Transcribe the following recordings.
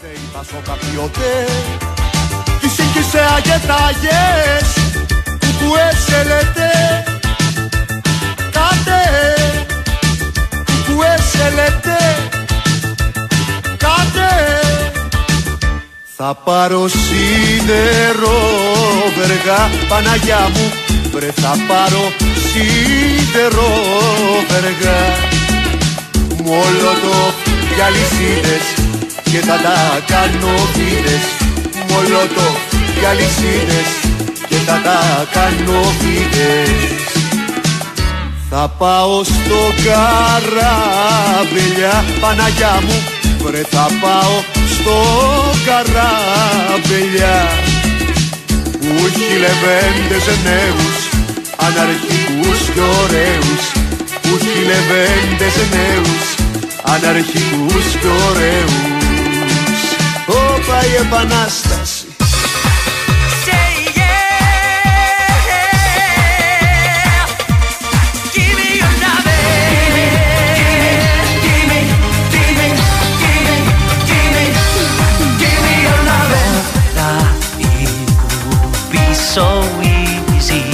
Te iba y sin que sea detalles, pues elete, cate, pues elete, cate. Θα πάρω σίδερο, βεργά, Παναγιά μου, βρε θα πάρω σίδερο, βεργά. Μόλοτο, γυαλισίδες και θα τα κάνω φίδες μολότο και αλυσίδες και θα τα κάνω φίδες. Θα πάω στο καραβελιά, Παναγιά μου, βρε θα πάω στο καραβελιά. Που έχει λεβέντες νέους, αναρχικούς και ωραίους, που έχει λεβέντες νέους, αναρχικούς και ωραίους. Όπα η επανάσταση Say yeah Give me your loving Give me, give me, give me, give me, give me your loving Όλα it would be so easy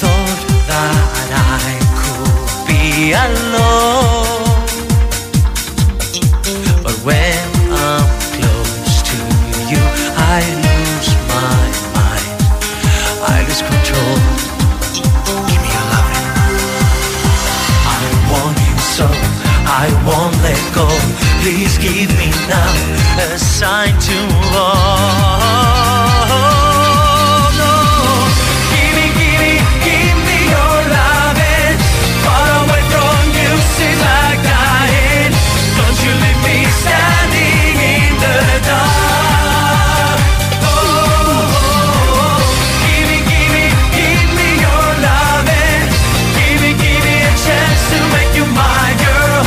Thought that I could be alone But when I'm close to you, I lose my mind. I lose control. Give me your loving. I want you so, I won't let go. Please give me now a sign to love. No. Give me, give me, give me your loving. Far away from you seems like dying. Don't you leave me standing in the dark. Oh, give me, give me, give me your loving. Give me, give me a chance to make you my girl.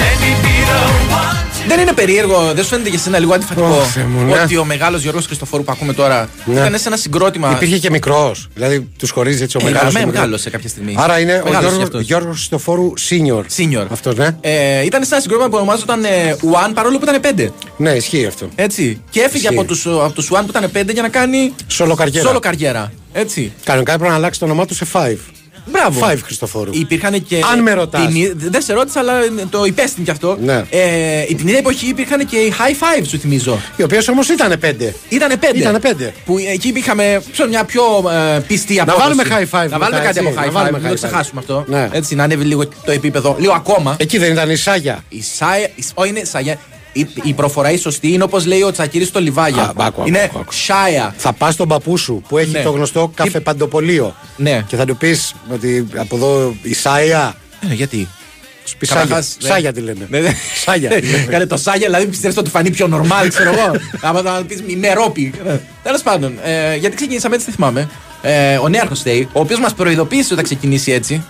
Let me be the one. to- Δεν είναι περίεργο, δεν σου φαίνεται για σένα λίγο αντιφατικό Ω, Θεέ μου, ναι. ότι ο μεγάλος Γιώργος Χριστοφόρου που ακούμε τώρα Ναι. ήταν σε ένα συγκρότημα. Υπήρχε και μικρός. Δηλαδή τους χωρίζει έτσι ο Ε, μεγάλος. με- μεγάλωσε κάποια στιγμή. Άρα είναι Μεγάλωσε κι ο αυτός. Γιώργος Στοφόρου Senior. Senior. Αυτός, ναι. Ε, ήταν σε ένα συγκρότημα που ονομάζονταν ε, One παρόλο που ήταν πέντε. Ναι, ισχύει αυτό. Έτσι. Και έφυγε Ισχύει. από τους, από τους One που ήταν πέντε για να κάνει. Σόλο καριέρα. Σόλο καριέρα. Έτσι. Κανονικά έπρεπε να αλλάξει το όνομά του σε 5. Μπράβο. 5 Χριστοφόρου. Υπήρχαν και. Αν με ρωτάς. την- Δεν σε ρώτησα, αλλά ε, το υπέστην κι αυτό. Ναι. Ε, την ίδια εποχή υπήρχαν και οι high five, σου θυμίζω. Οι οποίες όμως ήταν 5. Ήτανε πέντε. Ήτανε πέντε. Που εκεί είχαμε ξέρω, μια πιο ε, πιστή απόδοση. βάλουμε high five Να μετά, βάλουμε κάτι έτσι. από high Να five. βάλουμε Να το high five. ξεχάσουμε αυτό. Ναι. Έτσι, να ανέβει λίγο το επίπεδο. Λίγο ακόμα. Εκεί δεν ήταν η Σάγια. Η Σάια. η Σ- Όχι, είναι Σάια. Η, η προφορά η σωστή είναι όπως λέει ο Τσακύρης στο Λιβάγια. Α, μπ, άκου, άκου, είναι άκου, άκου. Σάια. Θα πας στον παππού σου που έχει Ναι. το γνωστό καφέ παντοπολείο. Ναι. Και θα του πεις ότι από εδώ η Σάγια. Ε, γιατί. Σου πεις Σάγια. Καταρχάς, Σάγια ναι. τη λένε. Ναι, ναι. Σάγια. τη λένε. Κάνε το Σάγια, δηλαδή πιστεύεις ότι φανεί πιο normal, ξέρω εγώ. Άμα το πει νερόπι. Τέλος πάντων, ε, γιατί ξεκινήσαμε έτσι, δεν θυμάμαι. Ε, ο νέαρχος Στέι, ο οποίος μας προειδοποίησε ότι θα ξεκινήσει έτσι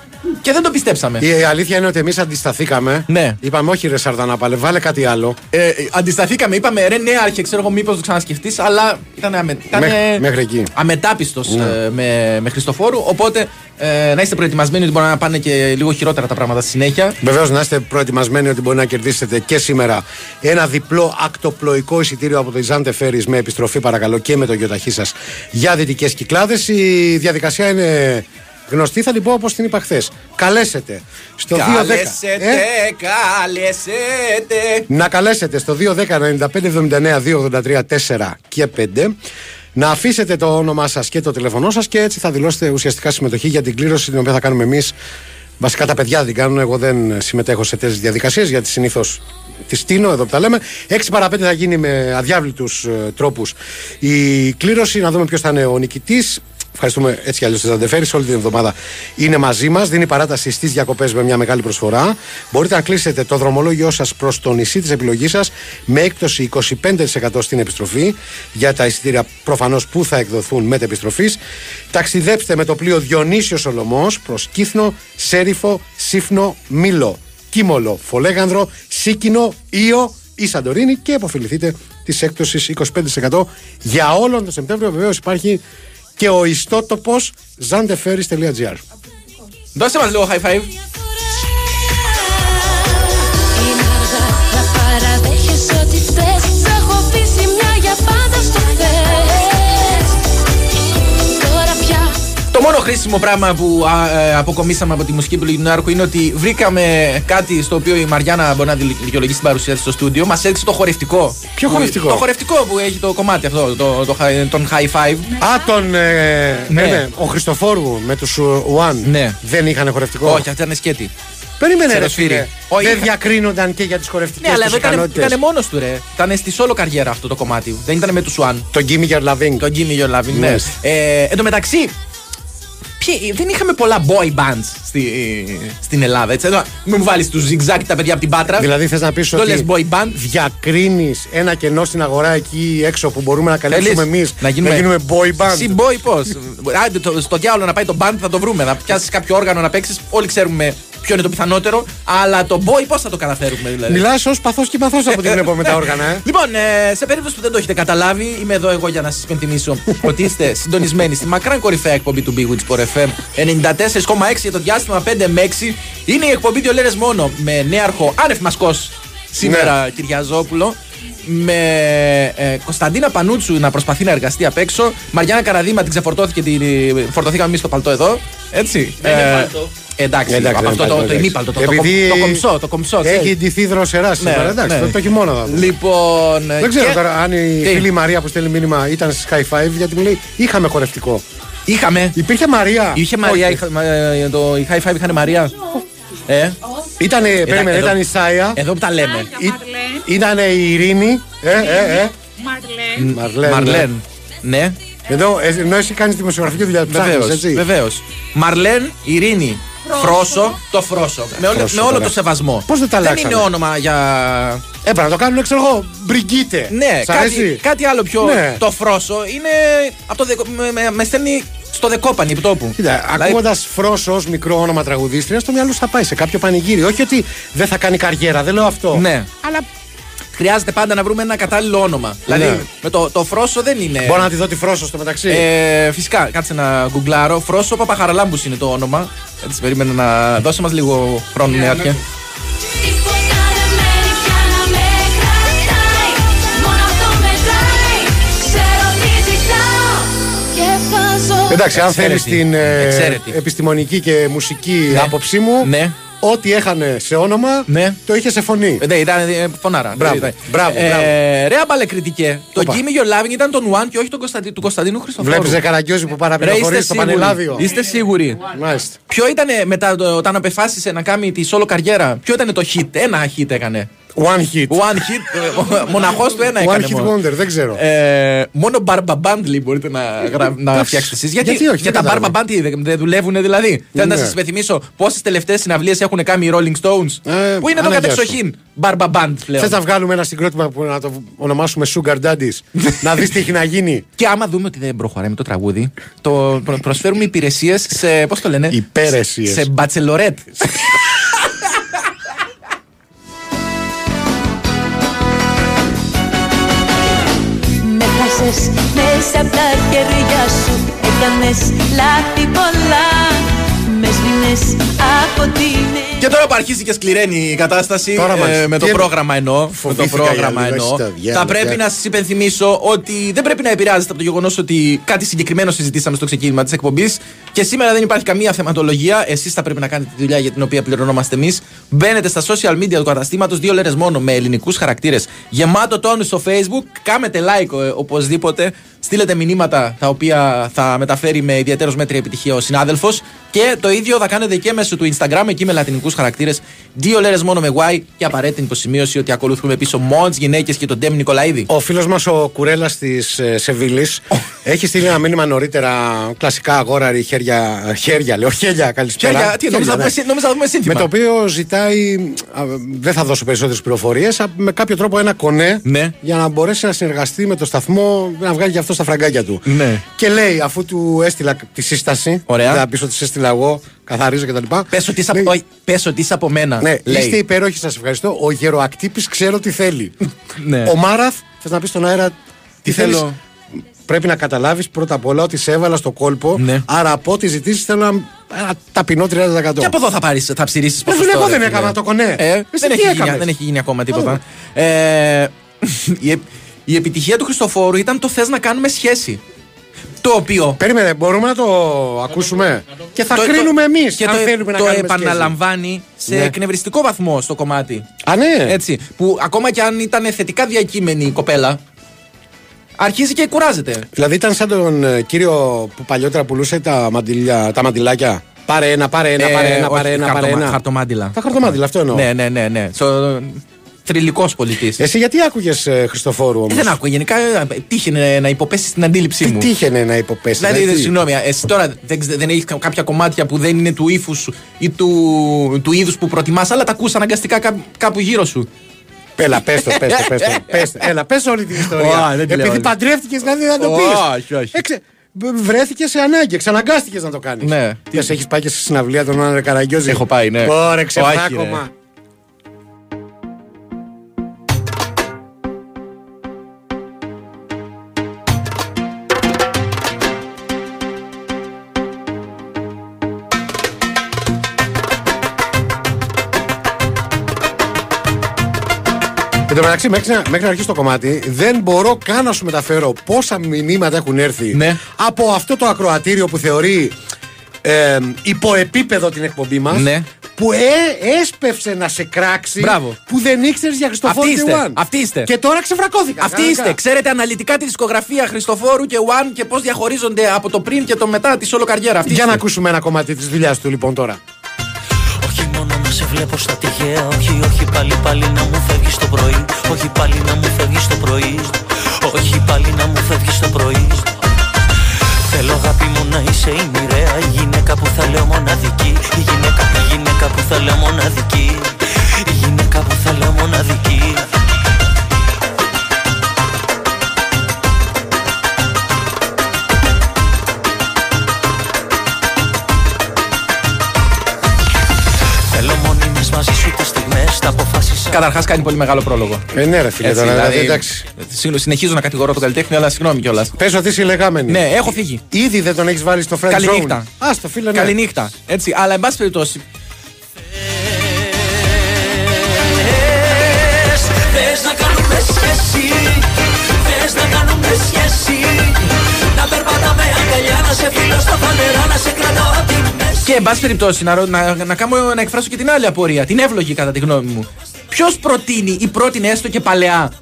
και δεν το πιστέψαμε. Η αλήθεια είναι ότι εμείς αντισταθήκαμε. Ναι. Είπαμε όχι ρε Σαρδανά παλε, βάλε κάτι άλλο. Ε, ε, αντισταθήκαμε, είπαμε ρε νέαρχε, ξέρω εγώ μήπως το ξανασκεφτείς, αλλά ήταν, αμε, ήταν ε, Μέχ- μέχρι εκεί. αμετάπιστος Ναι. ε, με, με Χριστοφόρου. Οπότε ε, να είστε προετοιμασμένοι ότι μπορεί να πάνε και λίγο χειρότερα τα πράγματα στη συνέχεια. Βεβαίως να είστε προετοιμασμένοι ότι μπορεί να κερδίσετε και σήμερα ένα διπλό ακτοπλοϊκό εισιτήριο από το Ιζάντε Φέρι με επιστροφή παρακαλώ και με το γιοταχή σας για δυτικές κυκλάδες. Η διαδικασία είναι γνωστή, θα την πω όπως την είπα χθες. Καλέσετε στο 210. Καλέσετε, Ε, καλέσετε. να καλέσετε στο 210-95-79-283-4 και 5 να αφήσετε το όνομά σας και το τηλέφωνό σας και έτσι θα δηλώσετε ουσιαστικά συμμετοχή για την κλήρωση την οποία θα κάνουμε εμείς. Βασικά τα παιδιά δεν την κάνουν. Εγώ δεν συμμετέχω σε τέτοιες διαδικασίες γιατί συνήθως τη τίνω εδώ που τα λέμε. 6 παρα 5 θα γίνει με αδιάβλητους τρόπους η κλήρωση. Να δούμε ποιος θα είναι ο νικητής. Ευχαριστούμε έτσι κι αλλιώς τη Ζαντεφέρη. Όλη την εβδομάδα είναι μαζί μας. Δίνει παράταση στις διακοπές με μια μεγάλη προσφορά. Μπορείτε να κλείσετε το δρομολόγιο σας προς το νησί της επιλογής σας με έκπτωση 25% στην επιστροφή για τα εισιτήρια προφανώς που θα εκδοθούν μετεπιστροφής. Ταξιδέψτε με το πλοίο Διονύσιος Σολομός προς Κύθνο, Σέριφο, Σύφνο, Μήλο, Κίμολο, Φολέγανδρο, Σίκινο, Ήο ή Σαντορίνη και αποφεληθείτε της έκπτωσης 25% για όλον τον Σεπτέμβριο. Βεβαίως υπάρχει και ο ιστότοπος zanteferis.gr. Δώσε μας λίγο high five. Η μάγα να παραδέχει χρήσιμο πράγμα που α, ε, αποκομίσαμε από τη μουσική του Λιγνάρχου είναι ότι βρήκαμε κάτι στο οποίο η Μαριάννα μπορεί να δικαιολογήσει την παρουσία της στο στούντιο. Μας έδειξε το χορευτικό. Ποιο Που- χορευτικό? Το χορευτικό που έχει το κομμάτι αυτό, το, το, χα- τον high five. Α, τον. Ε, Ναι. ναι. ναι, ο Χριστοφόρου με τους Ουάν. Ναι. Δεν είχαν χορευτικό. Όχι, αυτή ήταν σκέτη. Περίμενε, ρε Ξεροσφύρι. φίλε. Όχι, Δεν είχα- διακρίνονταν και για τις χορευτικές Ναι, αλλά τους ήταν, ικανότητες. ήταν μόνος του, ρε. Ήταν στη solo καριέρα αυτό το κομμάτι. Δεν ήταν με τους Σουάν. Τον Κίμι Γερλαβίνγκ. Τον Jimmy Your Loving, ναι. Yes. Ε, εν τω μεταξύ, ποιοι- δεν είχαμε πολλά boy bands στη, στην Ελλάδα. Έτσι. Εδώ, Μην μου βάλεις τους ζιγζάκι τα παιδιά από την Πάτρα. Δηλαδή θες να πεις το λε ότι boy band. διακρίνεις ένα κενό στην αγορά εκεί έξω που μπορούμε να καλύψουμε Θέλεις εμείς. να γίνουμε, boy band. Συ boy πώς. Άντε το, στο διάολο να πάει το band θα το βρούμε. Να πιάσεις κάποιο όργανο να παίξεις. Όλοι ξέρουμε ποιο είναι το πιθανότερο. Αλλά το boy πώς θα το καταφέρουμε δηλαδή. Μιλάς ως παθός και παθός από την βλέπω με τα όργανα, ε. Λοιπόν, ε, σε περίπτωση που δεν το έχετε καταλάβει, είμαι εδώ εγώ για να σας υπενθυμίσω ότι είστε συντονισμένοι στη μακράν κορυφαία εκπομπή του Big Witch for FM 94,6 για το διάστημα 5 με 6. Είναι η εκπομπή δύο λέρε μόνο με νέαρχο άνευ μασκός Ναι. σήμερα Κυριαζόπουλο. Με ε, Κωνσταντίνα Πανούτσου να προσπαθεί να εργαστεί απ' έξω. Μαριάννα Καραδίμα την ξεφορτώθηκε, την ε, φορτωθήκαμε εμείς στο παλτό εδώ. Έτσι. Δεν είναι παλτό. Εντάξει, Ε, Εντάξει, αυτό δεν το, το, υπάρχει, το εντάξει. ημίπαλτο, το, Επειδή το, κομψό, το κομψό. ξέρεις. Ναι, Έχει ντυθεί δροσερά σήμερα. Εντάξει, το, το χειμώνα θα δούμε. Λοιπόν. Δεν ξέρω τώρα αν η Τι? φίλη Μαρία που στέλνει μήνυμα ήταν στη Sky 5 γιατί μου λέει είχαμε χορευτικό. Είχαμε. Υπήρχε Μαρία. Είχε Μαρία, Όχι. είχα, μα- ε, το η High Five είχαν Μαρία. Ε, Ήτανε, περίμενε, εδώ- Ε- ήταν η Σάια. εδώ που τα λέμε. Μάρια, Μαρλέν. Ήταν η Ειρήνη. Ε, ε, ε. Μαρλέν. Μαρλέν. ναι. Μαρλέν. Ναι, Εδώ, ε, ενώ εσύ κάνεις δημοσιογραφική δουλειά, ψάχνεις έτσι. βεβαίως. Μαρλέν, Ειρήνη. Φρόσο. Φρόσο, το Φρόσο. Με, όλο- Φρόσο, με όλο καλά. το σεβασμό. Πώς δεν τα Δεν αλλάξανε. είναι όνομα για. Έπρεπε Ε, να το κάνουν, ξέρω εγώ, μπριγκίτε. Ναι, Σ' κάτι, αρέσει? κάτι άλλο πιο. Ναι. Το Φρόσο είναι. Από το δεκο- με, με, με στέλνει στο δεκόπανη επιτόπου. Κοίτα, Δηλαδή, ακούγοντα φρόσο ως μικρό όνομα τραγουδίστρια, στο μυαλό σου θα πάει σε κάποιο πανηγύρι. Όχι ότι δεν θα κάνει καριέρα, δεν λέω αυτό. Ναι. Αλλά χρειάζεται πάντα να βρούμε ένα κατάλληλο όνομα. Δηλαδή, με το, το Φρόσο δεν είναι. Ναι. Μπορώ να τη δω τη φρόσο στο μεταξύ. Ε, φυσικά, κάτσε να γκουγκλάρω. Φρόσο Παπαχαραλάμπους είναι το όνομα. Έτσι, περίμενα να δώσε μας λίγο χρόνο, ναι, νεάρχε. Τη φωτιά δεν μένει πια να με κρατάει Μόνο αυτό μετράει Ξέρω τι ζητάω Και βάζω Εντάξει, αν εξαίρετη. θέλει την ε, Εξαίρετη. επιστημονική και μουσική Ναι. άποψή μου, Ναι. ό,τι έχανε σε όνομα Ναι. το είχε σε φωνή. Ε, ναι, ήταν ε, φωνάρα. Μπράβο, Δηλαδή, μπράβο, ε, μπράβο. Ρε αμπαλεκριτικέ. Το Όπα. Gimme Your Loving ήταν τον Ουάν και όχι τον Κωνσταντι- του Κωνσταντίνου Χριστοφόρου. Βλέπεις Καραγκιόζη που Ε, Ρε, είστε παραπληροφορείς στο σίγουροι. Πανελλάδιο. Είστε σίγουροι. Μάλιστα. Ποιο ήταν ε, μετά το- όταν απεφάσισε να κάνει τη solo καριέρα, ποιο ήταν το hit, ένα hit έκανε. One hit. One hit, ε, μοναχός του ένα One έκανε. hit μόνο. wonder, δεν ξέρω. Ε, μόνο μπάρμπα μπάντλι μπορείτε να, γρα- να Εντάξει. φτιάξετε εσείς. Γιατί, Γιατί όχι, για δεν τα μπάρμπα κατάλαβα. μπάντλι δεν δεν δουλεύουν δηλαδή. Θέλω να Ναι. σας υπενθυμίσω πόσες τελευταίες συναυλίες έχουν κάνει οι Rolling Stones. Ε, που είναι το αναγκιά κατεξοχήν μπάρμπα μπάντ πλέον. Θες να βγάλουμε ένα συγκρότημα που να το ονομάσουμε Sugar Daddies, Ναι. να δεις τι έχει να γίνει. Και άμα δούμε ότι δεν προχωράει με το τραγούδι, το προ- προσφέρουμε υπηρεσίες σε. Πώς το λένε, Υπέρεσιες. Σε μπατσελορέτ. Με χάσες μέσα απ' τα χέρια σου Έκανες λάθη πολλά Με σβήνες από την Και τώρα που αρχίζει και σκληραίνει η κατάσταση ε, Τώρα μας. με το Τι έπ- πρόγραμμα εννοώ. Με το Φοβήθηκα για πρόγραμμα λίγο, εννοώ. εσύ τα διάλογα. Θα πρέπει να σας υπενθυμίσω ότι δεν πρέπει να επηρεάζεστε από το γεγονός ότι κάτι συγκεκριμένο συζητήσαμε στο ξεκίνημα της εκπομπής. Και σήμερα δεν υπάρχει καμία θεματολογία. Εσείς θα πρέπει να κάνετε τη δουλειά για την οποία πληρωνόμαστε εμείς. Μπαίνετε στα social media του καταστήματος, δύο λέρες μόνο με ελληνικούς χαρακτήρες. Γεμάτο τόνους στο facebook. Κάμετε like ε, οπωσδήποτε. Στείλετε μηνύματα τα οποία θα μεταφέρει με ιδιαίτερος μέτρη επιτυχία ο συνάδελφος. Και το ίδιο θα κάνετε και μέσω του Instagram, εκεί με λατινικούς χαρακτήρες. Δύο λέρες μόνο με Y και απαραίτητη υποσημείωση ότι ακολουθούμε πίσω Μόντ, γυναίκες και τον Ντέμι Νικολαίδη. Ο φίλος μας ο Κουρέλας της ε, Σεβίλης έχεις στείλει ένα μήνυμα νωρίτερα. Κλασικά αγόραρη χέρια, χέρια λέω, χέλια καλησπέρα. Χέρια, τι, νόμιζα να ναι. πούμε συ- νόμιζα να πούμε Με σύνθημα. το οποίο ζητάει, α, δεν θα δώσω περισσότερες πληροφορίες, με κάποιο τρόπο ένα κονέ Ναι. για να μπορέσει να συνεργαστεί με το σταθμό, να βγάλει και αυτό στα φραγκάκια του. Ναι. Και λέει, αφού του έστειλα τη σύσταση, Ωραία. θα πει ότι σε έστειλα εγώ, καθαρίζω κτλ. Πες ότι, είσαι από, όχι, πες ότι είσαι από μένα. Ναι, λέει. είστε υπέροχοι, σας ευχαριστώ. Ο γεροακτύπης ξέρω τι θέλει. Ναι. Ο Μάραθ, θες να πεις στον αέρα τι, θέλω. θέλεις. Πρέπει να καταλάβεις πρώτα απ' όλα ότι σε έβαλα στο κόλπο. Ναι. Άρα από ό,τι ζητήσεις θέλω ένα, ένα ταπεινό 30%. Και από εδώ θα, πάρεις, θα ψηρίσει Ρε ποσοστό. φίλε, Ε, εγώ ρε δεν φίλε. έκανα το κονέ. Ε, Εσύ δεν, τι έχει γίνει, έκανες? δεν έχει γίνει ακόμα Ω. τίποτα. Ε, η, επ- η επιτυχία του Χριστοφόρου ήταν το θες να κάνουμε σχέση. Το οποίο. Περίμενε, μπορούμε να το ακούσουμε. Και θα το- το- κρίνουμε εμείς και αν το, θέλουμε να το κάνουμε επαναλαμβάνει σε Ναι. εκνευριστικό βαθμό στο κομμάτι. σχέση. Α, ναι. Έτσι. Που ακόμα και αν ήταν θετικά διακείμενη η κοπέλα, αρχίζει και κουράζεται. Δηλαδή ήταν σαν τον ε, κύριο που παλιότερα πουλούσε τα, μαντιλιά, τα μαντιλάκια. Πάρε ένα, πάρε ένα, Ε, πάρε ένα, όχι, πάρε ένα, πάρε χαρτομα- ένα. χαρτομάντιλα. Τα χαρτομάντιλα, αυτό εννοώ. Ε, Ναι, ναι, ναι. ναι. Στο... Θρηλυκό πολιτής. Εσύ γιατί άκουγες Χριστοφόρου όμως. δεν άκουγα. Γενικά ε, τύχαινε να υποπέσει στην αντίληψή Τι μου. τύχαινε να υποπέσει. Δηλαδή, δηλαδή. συγγνώμη, εσύ τώρα δεν, ξε- δεν έχεις κάποια κομμάτια που δεν είναι του ύφους ή του, του είδους που προτιμάς, αλλά τα ακούς αναγκαστικά κά- κάπου γύρω σου. Έλα, πες το, πες το, πες το, πες το. Έλα, πες όλη την ιστορία. Ω, δεν τη λέω Επειδή όλη. παντρεύτηκε, δηλαδή να το Ε, Ω, πεις. όχι, όχι. Βρέθηκες σε ανάγκη, εξαναγκάστηκες να το κάνεις. Ναι. Τι έχεις πάει και στη συναυλία των Άννα Καραγκιόζη. Έχω πάει, ναι. Ωραία, Ο Άχι, ξεφράκωμα. ρε. Εν τω μεταξύ, μέχρι, να- μέχρι να αρχίσει το κομμάτι, δεν μπορώ καν να σου μεταφέρω πόσα μηνύματα έχουν έρθει Ναι. από αυτό το ακροατήριο που θεωρεί ε, υποεπίπεδο την εκπομπή μας. Ναι. Που ε, έσπευσε να σε κράξει Μπράβο. που δεν ήξερες για Χριστοφόρου Αυτοί και είστε, One. αυτοί είστε. Και τώρα ξεφρακώθηκα. Αυτοί κανονικά. είστε. Ξέρετε αναλυτικά τη δισκογραφία Χριστοφόρου και One και πώς διαχωρίζονται από το πριν και το μετά τη όλο καριέρα. Αυτοί Για είστε. να ακούσουμε ένα κομμάτι της δουλειάς του λοιπόν τώρα. Όχι μόνο να σε βλέπω στα τυχαία Όχι, όχι πάλι πάλι να μου φεύγεις το πρωί Όχι πάλι να μου φεύγεις το πρωί Όχι πάλι να μου φεύγεις το πρωί Θέλω αγάπη μου να είσαι η μοιραία Η γυναίκα που θα λέω μοναδική Η γυναίκα, η γυναίκα που θα λέω μοναδική Η γυναίκα που θα λέω μοναδική Θέλω μόνιμες μαζί σου τις στιγμές Τα αποφάσισα Καταρχάς κάνει πολύ μεγάλο πρόλογο. Ε, ναι, ρε φίλε, Έτσι, τώρα, δηλαδή, δηλαδή, εντάξει. Ε, συν- Συνεχίζω να κατηγορώ τον καλλιτέχνη, αλλά συγγνώμη κιόλας. Πες ότι είσαι λεγάμενη. Ναι, έχω φύγει. Ήδη δεν τον έχεις βάλει στο friend Καληνύχτα. zone. Ας το φίλε, ναι. Καληνύχτα. Έτσι, αλλά εν πάση περιπτώσει. Θες, θες να κάνουμε σχέση Θες να κάνουμε σχέση Να περπατάμε αγκαλιά Να σε φιλώ στα φανερά Να σε κρατάω απ' τη μέση Και εν πάση περιπτώσει, να, ρω- να, να, κάνω, να εκφράσω και την άλλη απορία, την εύλογη κατά τη γνώμη μου. Ποιος προτείνει ή πρότεινε έστω και παλαιά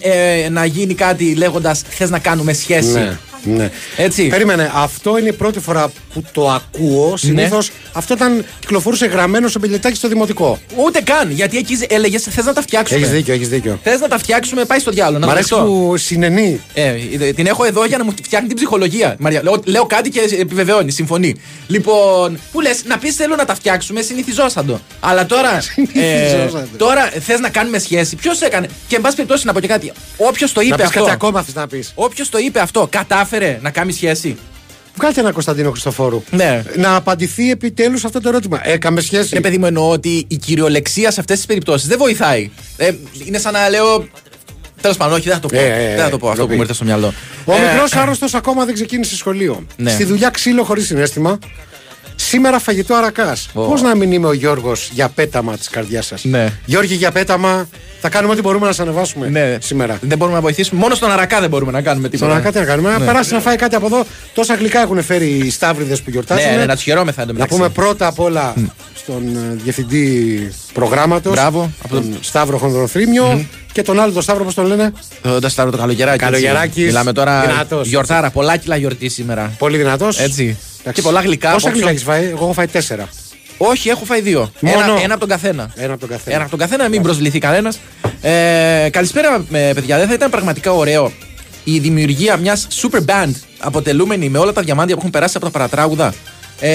ε, να γίνει κάτι λέγοντας Θες να κάνουμε σχέση. Ναι, ναι. Έτσι. Περίμενε, αυτό είναι η πρώτη φορά που το ακούω. Ναι. Συνήθως αυτό ήταν κυκλοφορούσε γραμμένο ο μπελετάκι στο δημοτικό. Ούτε καν. Γιατί εκεί έλεγες Θες να τα φτιάξουμε. Έχεις δίκιο, έχεις δίκιο. Θες να τα φτιάξουμε, πάει στο διάλογο. Να Μ' το αρέσει δεχτώ. που συνενεί. Ε, ε, την έχω εδώ για να μου φτιάχνει την ψυχολογία. Μαρία, λέω, λέω κάτι και επιβεβαιώνει, συμφωνεί. Λοιπόν, που λες, να πεις θέλω να τα φτιάξουμε, συνηθιζόσαντο. Αλλά τώρα. ε, Συνηθιζόσαντο. τώρα θες να κάνουμε σχέση. Ποιος έκανε. Και εν πάση περιπτώσει να πω και κάτι. Όποιος το Να είπε πεις αυτό. κάτι ακόμα, θες να πεις. Όποιος το είπε αυτό, κατάφερε να κάνει σχέση. Βγάλτε ένα Κωνσταντίνο Χριστοφόρου. Ναι. Να απαντηθεί επιτέλους αυτό το ερώτημα. Έκαμε σχέση. Ρε παιδί μου, εννοώ ότι η κυριολεξία σε αυτές τις περιπτώσεις δεν βοηθάει. Ε, είναι σαν να λέω. Τέλος πάντων, όχι, δεν θα το πω. Ε, ε, ε, δεν θα το πω αυτό ντροπή. που μου ήρθε στο μυαλό. Ο Ε, μικρός άρρωστος ακόμα δεν ξεκίνησε σχολείο. Ναι. Στη δουλειά ξύλο χωρίς συνέστημα. Σήμερα φαγητό αρακάς. Πώς να μην είμαι ο Γιώργος για πέταμα της καρδιάς σας. Ναι. Γιώργη, για πέταμα θα κάνουμε ό,τι μπορούμε να σας ανεβάσουμε ναι. Ναι. σήμερα. Δεν μπορούμε να βοηθήσουμε. Μόνο στον Αρακά δεν μπορούμε να κάνουμε τίποτα. Τώρα κάτι να κάνουμε. Να περάσει να φάει κάτι από εδώ. Τόσα γλυκά έχουν φέρει οι Σταύριδες που γιορτάζουν. Ναι, ναι, να τους χαιρόμεθα Να πούμε πρώτα απ' όλα στον ε, διευθυντή προγράμματος. Μπράβο. Από τον Σταύρο Χονδροθρήμιο και τον άλλο τον Σταύρο, πώς τον λένε. πρώτα. στάρω το καλογεράκι. έτσι. Καλογεράκης, Μιλάμε τώρα. δυνατός. Γιορτάρα, πολλά κιλά γιορτή σήμερα. Πολύ δυνατός. Έτσι. Και πολλά γλυκά. Πόσα από γλυκά ποιον- έχεις φάει, εγώ έχω φάει τέσσερα. Όχι, έχω φάει δύο. Μόνο. Ένα, ένα από τον καθένα. Ένα από τον καθένα. Ένα από τον καθένα, μην προσβληθεί κανένας. Ε, καλησπέρα, ε, παιδιά. Δεν θα ήταν πραγματικά ωραίο η δημιουργία μιας super band αποτελούμενη με όλα τα διαμάντια που έχουν περάσει από τα παρατράγουδα. Ε,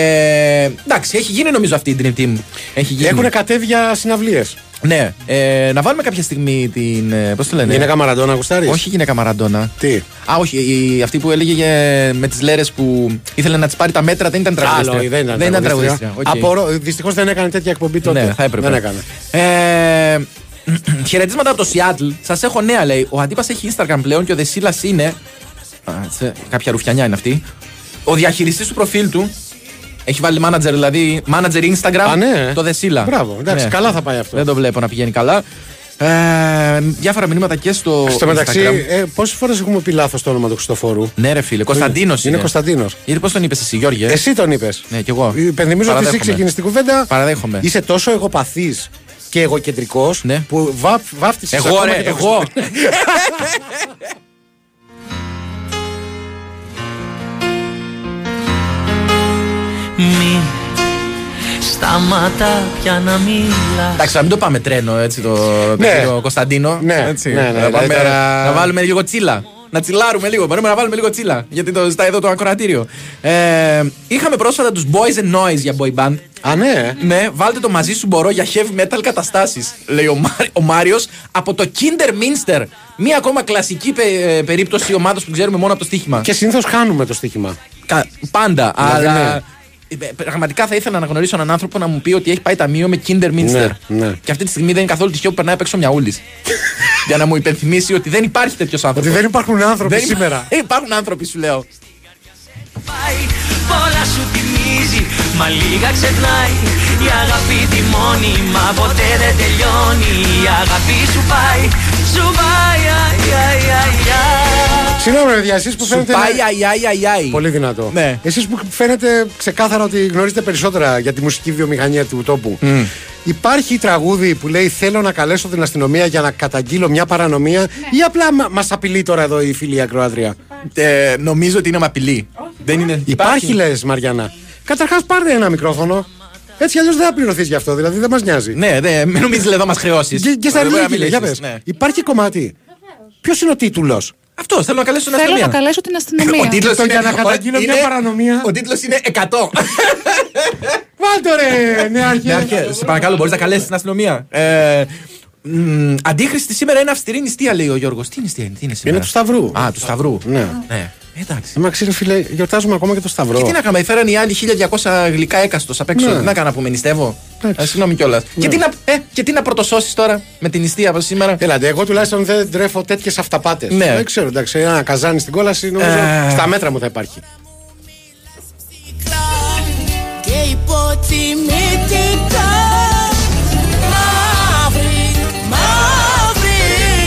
εντάξει, έχει γίνει νομίζω αυτή η Dream Team. Έχει γίνει. Έχουν κατέβει για συναυλίες. Ναι, ε, να βάλουμε κάποια στιγμή την. Πώς το λένε, Είναι καμαραντόνα, Γουστάρη. Ναι. Όχι γυναίκα Μαραντόνα. Τι? Α, όχι, η, αυτή που έλεγε ε, με τις λέρες που ήθελε να τη πάρει τα μέτρα δεν ήταν τραγουδίστρια. Άλλο, δεν ήταν τραγουδίστρια. τραγουδίστρια. Οκ. Απορώ. Δυστυχώς δεν έκανε τέτοια εκπομπή τότε. Ναι, θα έπρεπε. Δεν έκανε. Ε, χαιρετίσματα από το Seattle. Σας έχω νέα, λέει. Ο Αντίπας έχει Instagram πλέον και ο Δεσίλας είναι. Α, σε- κάποια ρουφιανιά είναι αυτή. Ο διαχειριστής του προφίλ του έχει βάλει manager, δηλαδή manager Instagram. Α, ναι. Το Δεσίλα. Ναι. Μπράβο, εντάξει, καλά θα πάει αυτό. Δεν το βλέπω να πηγαίνει καλά. Ε, διάφορα μηνύματα και στο. Στο μεταξύ, Instagram. ε, πόσες φορές έχουμε πει λάθος το όνομα του Χριστοφόρου. Ναι, ρε φίλε, Κωνσταντίνος. Είναι Κωνσταντίνος. Ή πώς τον είπες εσύ, Γιώργη. ε? Εσύ τον είπες. Ναι, κι εγώ. Υπενθυμίζω ότι εσύ Παραδέχομαι. ξεκινήσεις την κουβέντα. Παραδέχομαι. Είσαι τόσο εγωπαθής και εγωκεντρικός Ναι. που βα, βάφτισες. Εγώ, ρε, εγώ. Μη σταματά πια να μιλάς Εντάξει, να μην το πάμε τρένο, έτσι, το Ναι. το Κωνσταντίνο. Ναι, έτσι. ναι, ναι, να, δηλαδή πάμε- τώρα- να βάλουμε λίγο τσίλα. Να τσιλάρουμε λίγο. Μπορούμε να βάλουμε λίγο τσίλα. Γιατί το ζητάει εδώ το ακροατήριο. Ε, είχαμε πρόσφατα τους Boys and Noise για boy band. Α, ναι. Ναι, βάλτε το μαζί σου μπορώ για heavy metal καταστάσεις, λέει ο, Μάρι- ο Μάριος από το Kinder Minster. Μία ακόμα κλασική πε- ε, περίπτωση ομάδας που ξέρουμε μόνο από το στοίχημα. Και συνήθως χάνουμε το στοίχημα. Κα- πάντα, Δηλαδή, ναι. αλλά. ε, Πραγματικά θα ήθελα να γνωρίσω έναν άνθρωπο να μου πει ότι έχει πάει ταμείο με Kinder Minster. Ναι, ναι. Και αυτή τη στιγμή δεν είναι καθόλου τυχαίο που περνάει απ' έξω μια ούλης. για να μου υπενθυμίσει ότι δεν υπάρχει τέτοιος άνθρωπος. Ότι δεν υπάρχουν άνθρωποι Δεν υπά- σήμερα. Ναι, Ε, υπάρχουν άνθρωποι, σου λέω. πάει Πολλά σου θυμίζει, μα λίγα ξεχνάει Η αγάπη τη μόνη, μα ποτέ δεν τελειώνει Η αγάπη σου πάει, σου πάει, αι, αι, αι, αι. Συγγνώμη, παιδιά, εσείς που Σου φαίνεται. πάει, αϊ, αϊ, αϊ, αϊ. ναι, Πολύ δυνατό. Ναι. Εσείς που φαίνεται ξεκάθαρα ότι γνωρίζετε περισσότερα για τη μουσική βιομηχανία του τόπου. Υπάρχει τραγούδι που λέει Θέλω να καλέσω την αστυνομία για να καταγγείλω μια παρανομία ή απλά μα απειλεί τώρα εδώ η φίλη Ακροάτρια. Ε, νομίζω ότι είναι με απειλή. δεν είναι. Υπάρχει, λε, Μαριανά. Καταρχάς, πάρε ένα μικρόφωνο. Έτσι κι αλλιώς δεν θα πληρωθείς γι' αυτό, δηλαδή δεν μας νοιάζει. Ναι, ναι, μην νομίζεις εδώ μας χρεώσεις. Και, και στα λίγη, για πες. ναι. Υπάρχει κομμάτι. Ποιος είναι ο τίτλο. Αυτός θέλω να καλέσω την Θέλω να αστυνομία. καλέσω την Ο αστυνομία. τίτλος Το είναι- για να ο- καταγγείλω μια είναι- παρανομία. Ο τίτλος είναι 100. Βάλτε ρε, νεάρχε. Ναι, αρχέ, σε παρακαλώ, μπορείς να καλέσεις την αστυνομία. Ε, μ, αντίχρηστη σήμερα είναι αυστηρή νηστεία, λέει ο Γιώργος. Τι νηστεία είναι, τι είναι σήμερα. του Σταυρού. Α, του Σταυρού. Ναι. ναι. Εντάξει. Μαξίρε, φίλε, γιορτάζουμε ακόμα και το Σταυρό. Και τι να κάνουμε, φέραν οι άλλοι 1200 γλυκά έκαστος απ' έξω. Ναι. Τι να κάνω, να πούμε, νηστεύω. Εντάξει. Ναι. Ε, συγγνώμη κιόλας. Και, τι να, ε, και τι να πρωτοσώσεις τώρα με την νηστεία από σήμερα. Έλατε, εγώ τουλάχιστον δεν τρέφω τέτοιες αυταπάτες. Ναι. Δεν ξέρω, εντάξει, ένα καζάνι στην κόλαση νομίζω Ε. στα μέτρα μου θα υπάρχει. και υποτιμητικά. Μαύρη, μαύρη,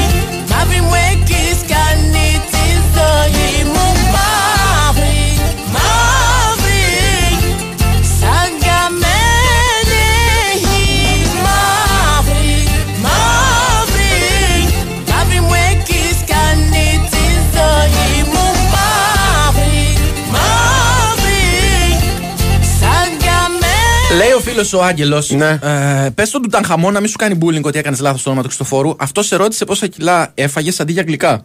μαύρη μου έχεις κάνει τη ζωή μου μαύρη, μαύρη, σαν καμένη μαύρη, μαύρη, μαύρη μου έχεις κάνει τη ζωή μου μαύρη, μαύρη, Σαν για μένα Λέει ο φίλο ο Άγγελο. Ναι. Ε, Πε στον Τουταγχαμό να μην σου κάνει bullying ότι έκανε λάθο το όνομα του Χριστοφόρου. Αυτό σε ρώτησε πόσα κιλά έφαγε αντί για γλυκά.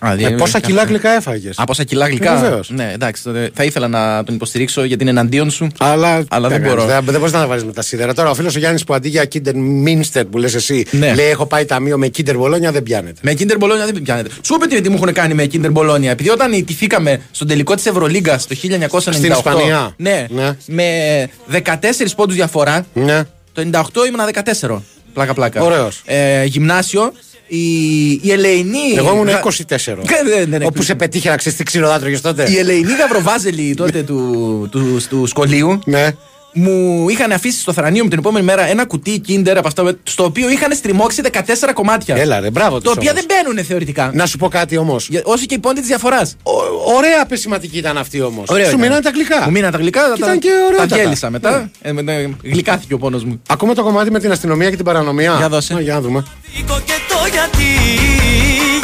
Α, Ε, δηλαδή- πόσα κιλά γλυκά έφαγες. Α, πόσα κιλά γλυκά. Ε, βεβαίως. Ναι, εντάξει, τότε θα ήθελα να τον υποστηρίξω γιατί είναι εναντίον σου. Αλλά, Αλλά δεν τα κάνεις, μπορώ. Δεν, δεν μπορείς να τα βάλεις με τα σίδερα. Τώρα ο φίλος ο Γιάννης που αντί για Kinder Minster που λες εσύ, Ναι. λέει: Έχω πάει ταμείο με Kinder Bologna, δεν πιάνεται. Με Kinder Bologna δεν πιάνετε. Σου είπε τι- τι μου έχουν κάνει με Kinder Bologna. Επειδή όταν ιτηθήκαμε στον τελικό της Ευρωλίγκα το 1998. Στην Ισπανία. Ναι, Ναι. με 14 πόντους διαφορά. Ναι. Το 98 ήμουνα 14. Πλάκα πλάκα. Ωραίος. Ε, γυμνάσιο. Η, η Ελεηνή. Εγώ ήμουν Γα- Ναι, 24. Κα- δεν- δεν Όπου σε εκπλήσει. πετύχε να ξέρεις τι ξυλοδάτρογε τότε. Η Ελεηνή Γαβροβάζελη τότε του, του, του σχολείου Ναι. μου είχαν αφήσει στο θρανίο μου την επόμενη μέρα ένα κουτί Kinder από αυτά, στο οποίο είχαν στριμώξει 14 κομμάτια. Έλα ρε, μπράβο τα τους οποία όμως. δεν μπαίνουν θεωρητικά. Να σου πω κάτι όμως. Για- Όσο και η πόντη της διαφοράς. Ωραία απεσηματική ήταν αυτή όμως. Ωραία Σου ήταν. μείνανε τα γλυκά. Μου μείναν τα γλυκά, τα, ήταν και τα ωραιότατα. γέλισα μετά. Ναι. Ε, μετά, ε, γλυκάθηκε ο πόνος μου. Ακούμε το κομμάτι με την αστυνομία και την παρανομία. Για δώσε. Α, για να δούμε. Σήκω και το γιατί,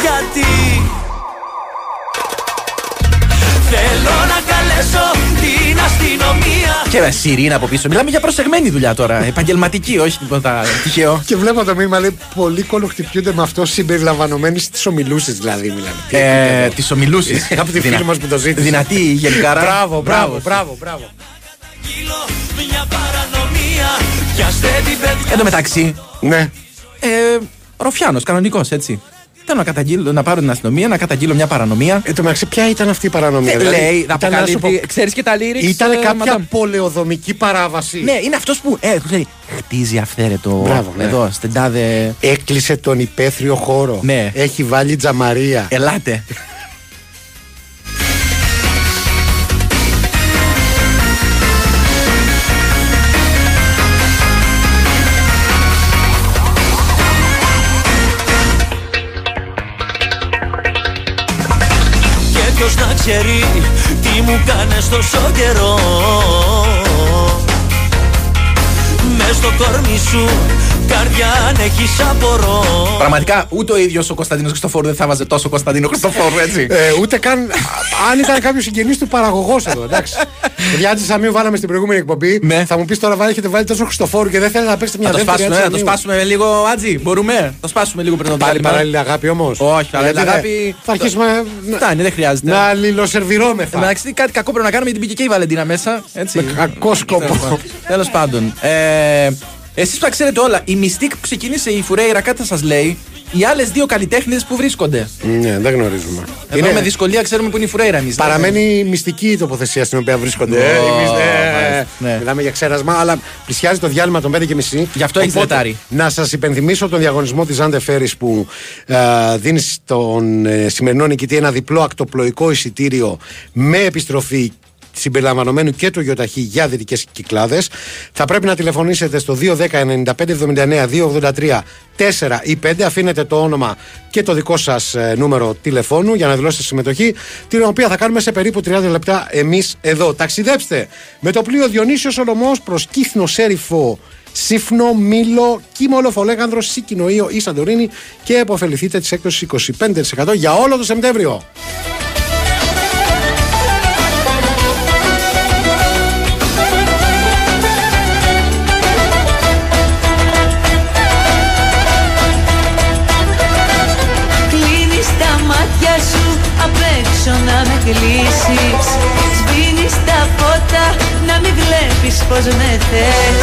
γιατί Θέλω να καλέσω την αστυνομία Και ένα σιρήνα από πίσω. Μιλάμε για προσεγμένη δουλειά τώρα. Επαγγελματική, όχι Ε, τίποτα τυχαίο. Και βλέπω το μήνυμα λέει: Πολλοί κολοχτυπιούνται με αυτό συμπεριλαμβανομένοι στι ομιλούσει δηλαδή. Μιλάμε. Τι ε, της ομιλούσης. Από τη φίλη μας που το ζήτησε. Δυνατή η γενικάρα. Μπράβο, μπράβο, μπράβος, μπράβο. Κύλο μια παρανομία Πιάστε την παιδιά Εν τω μεταξύ, Ναι. ε, Ροφιάνος, κανονικός έτσι. Θέλω να, καταγγείλω, να πάρω την αστυνομία, να καταγγείλω μια παρανομία. Εν τω Ε, μεταξύ, ποια ήταν αυτή η παρανομία. Ε, δηλαδή, λέει, να ήταν, να σου πω, αποκαλύπτει. Ξέρεις και τα lyrics. Ήταν ε, κάποια madame. πολεοδομική παράβαση. Ναι, είναι αυτός που. Ε, λέει, χτίζει αυθαίρετο. Μπράβο, ναι. Εδώ, στην τάδε. Έκλεισε τον υπαίθριο χώρο. Ναι. Έχει βάλει τζαμαρία. Ελάτε. ξέρει τι μου κάνες τόσο καιρό Μες στο κόρμι σου καρδιά αν έχεις απορώ Πραγματικά ούτε ο ίδιος ο Κωνσταντίνος Χριστοφόρου δεν θα βάζε τόσο Κωνσταντίνο Χριστοφόρου, έτσι. Ε, ούτε καν. αν ήταν κάποιος συγγενής του παραγωγός εδώ, εντάξει. Παιδιά τη Σαμίου βάλαμε στην προηγούμενη εκπομπή. Ναι. Θα μου πεις τώρα βάλει, έχετε βάλει τόσο Χριστοφόρου και δεν θέλετε να παίξετε μια Θα το δεύτερη. σπάσουμε, ε, Άντζη να το Σαμίου. σπάσουμε λίγο, Άτζι. Μπορούμε. Το σπάσουμε λίγο πριν το Πάλι διάλειμμα. παράλληλη αγάπη όμως. Όχι, παράλληλη αγάπη- Θα αρχίσουμε να- Φτάνει, δεν χρειάζεται. Ε, να αλληλοσερβιρόμεθα. Εντάξει, κάτι κακό πρέπει να κάνουμε γιατί μπήκε και η Βαλεντίνα μέσα. Έτσι. Με κακό σκοπό. Τέλος πάντων. Ε, Εσείς που τα ξέρετε όλα, η Mystic που ξεκίνησε η Φουρέιρα κάτι σας λέει. Οι άλλες δύο καλλιτέχνες που βρίσκονται. Ναι, δεν γνωρίζουμε. Εδώ με δυσκολία ξέρουμε που είναι η Φουρέιρα εμείς. Παραμένει μυστική η τοποθεσία στην οποία βρίσκονται. Ω, Ε, εμείς, ναι. μάλιστα, ναι. Μιλάμε για ξέρασμα, αλλά πλησιάζει το διάλειμμα των 5 και μισή. Γι' αυτό έχεις Οπότε, δετάρει. Να σας υπενθυμίσω τον διαγωνισμό της Άντε Φέρι που ε, δίνει στον ε, σημερινό νικητή ένα διπλό ακτοπλοϊκό εισιτήριο με επιστροφή συμπεριλαμβανομένου και του γιοταχή για δυτικές κυκλάδες. Θα πρέπει να τηλεφωνήσετε στο 210 95 79 283 4 ή 5. Αφήνετε το όνομα και το δικό σας νούμερο τηλεφώνου για να δηλώσετε συμμετοχή, την οποία θα κάνουμε σε περίπου 30 λεπτά εμείς εδώ. Ταξιδέψτε με το πλοίο Διονύσιος Σολομό προς Κύθνο Σέριφο, Σύφνο, Μήλο, Κίμολο, Φολέγανδρο, Σικινοείο ή Σαντορίνη και επωφεληθείτε της έκπτωσης 25% για όλο το Σεπτέμβριο. Κλείνεις τα μάτια σου απ' έξω να με κλείσεις Σβήνεις τα φώτα να μην βλέπεις πως με θες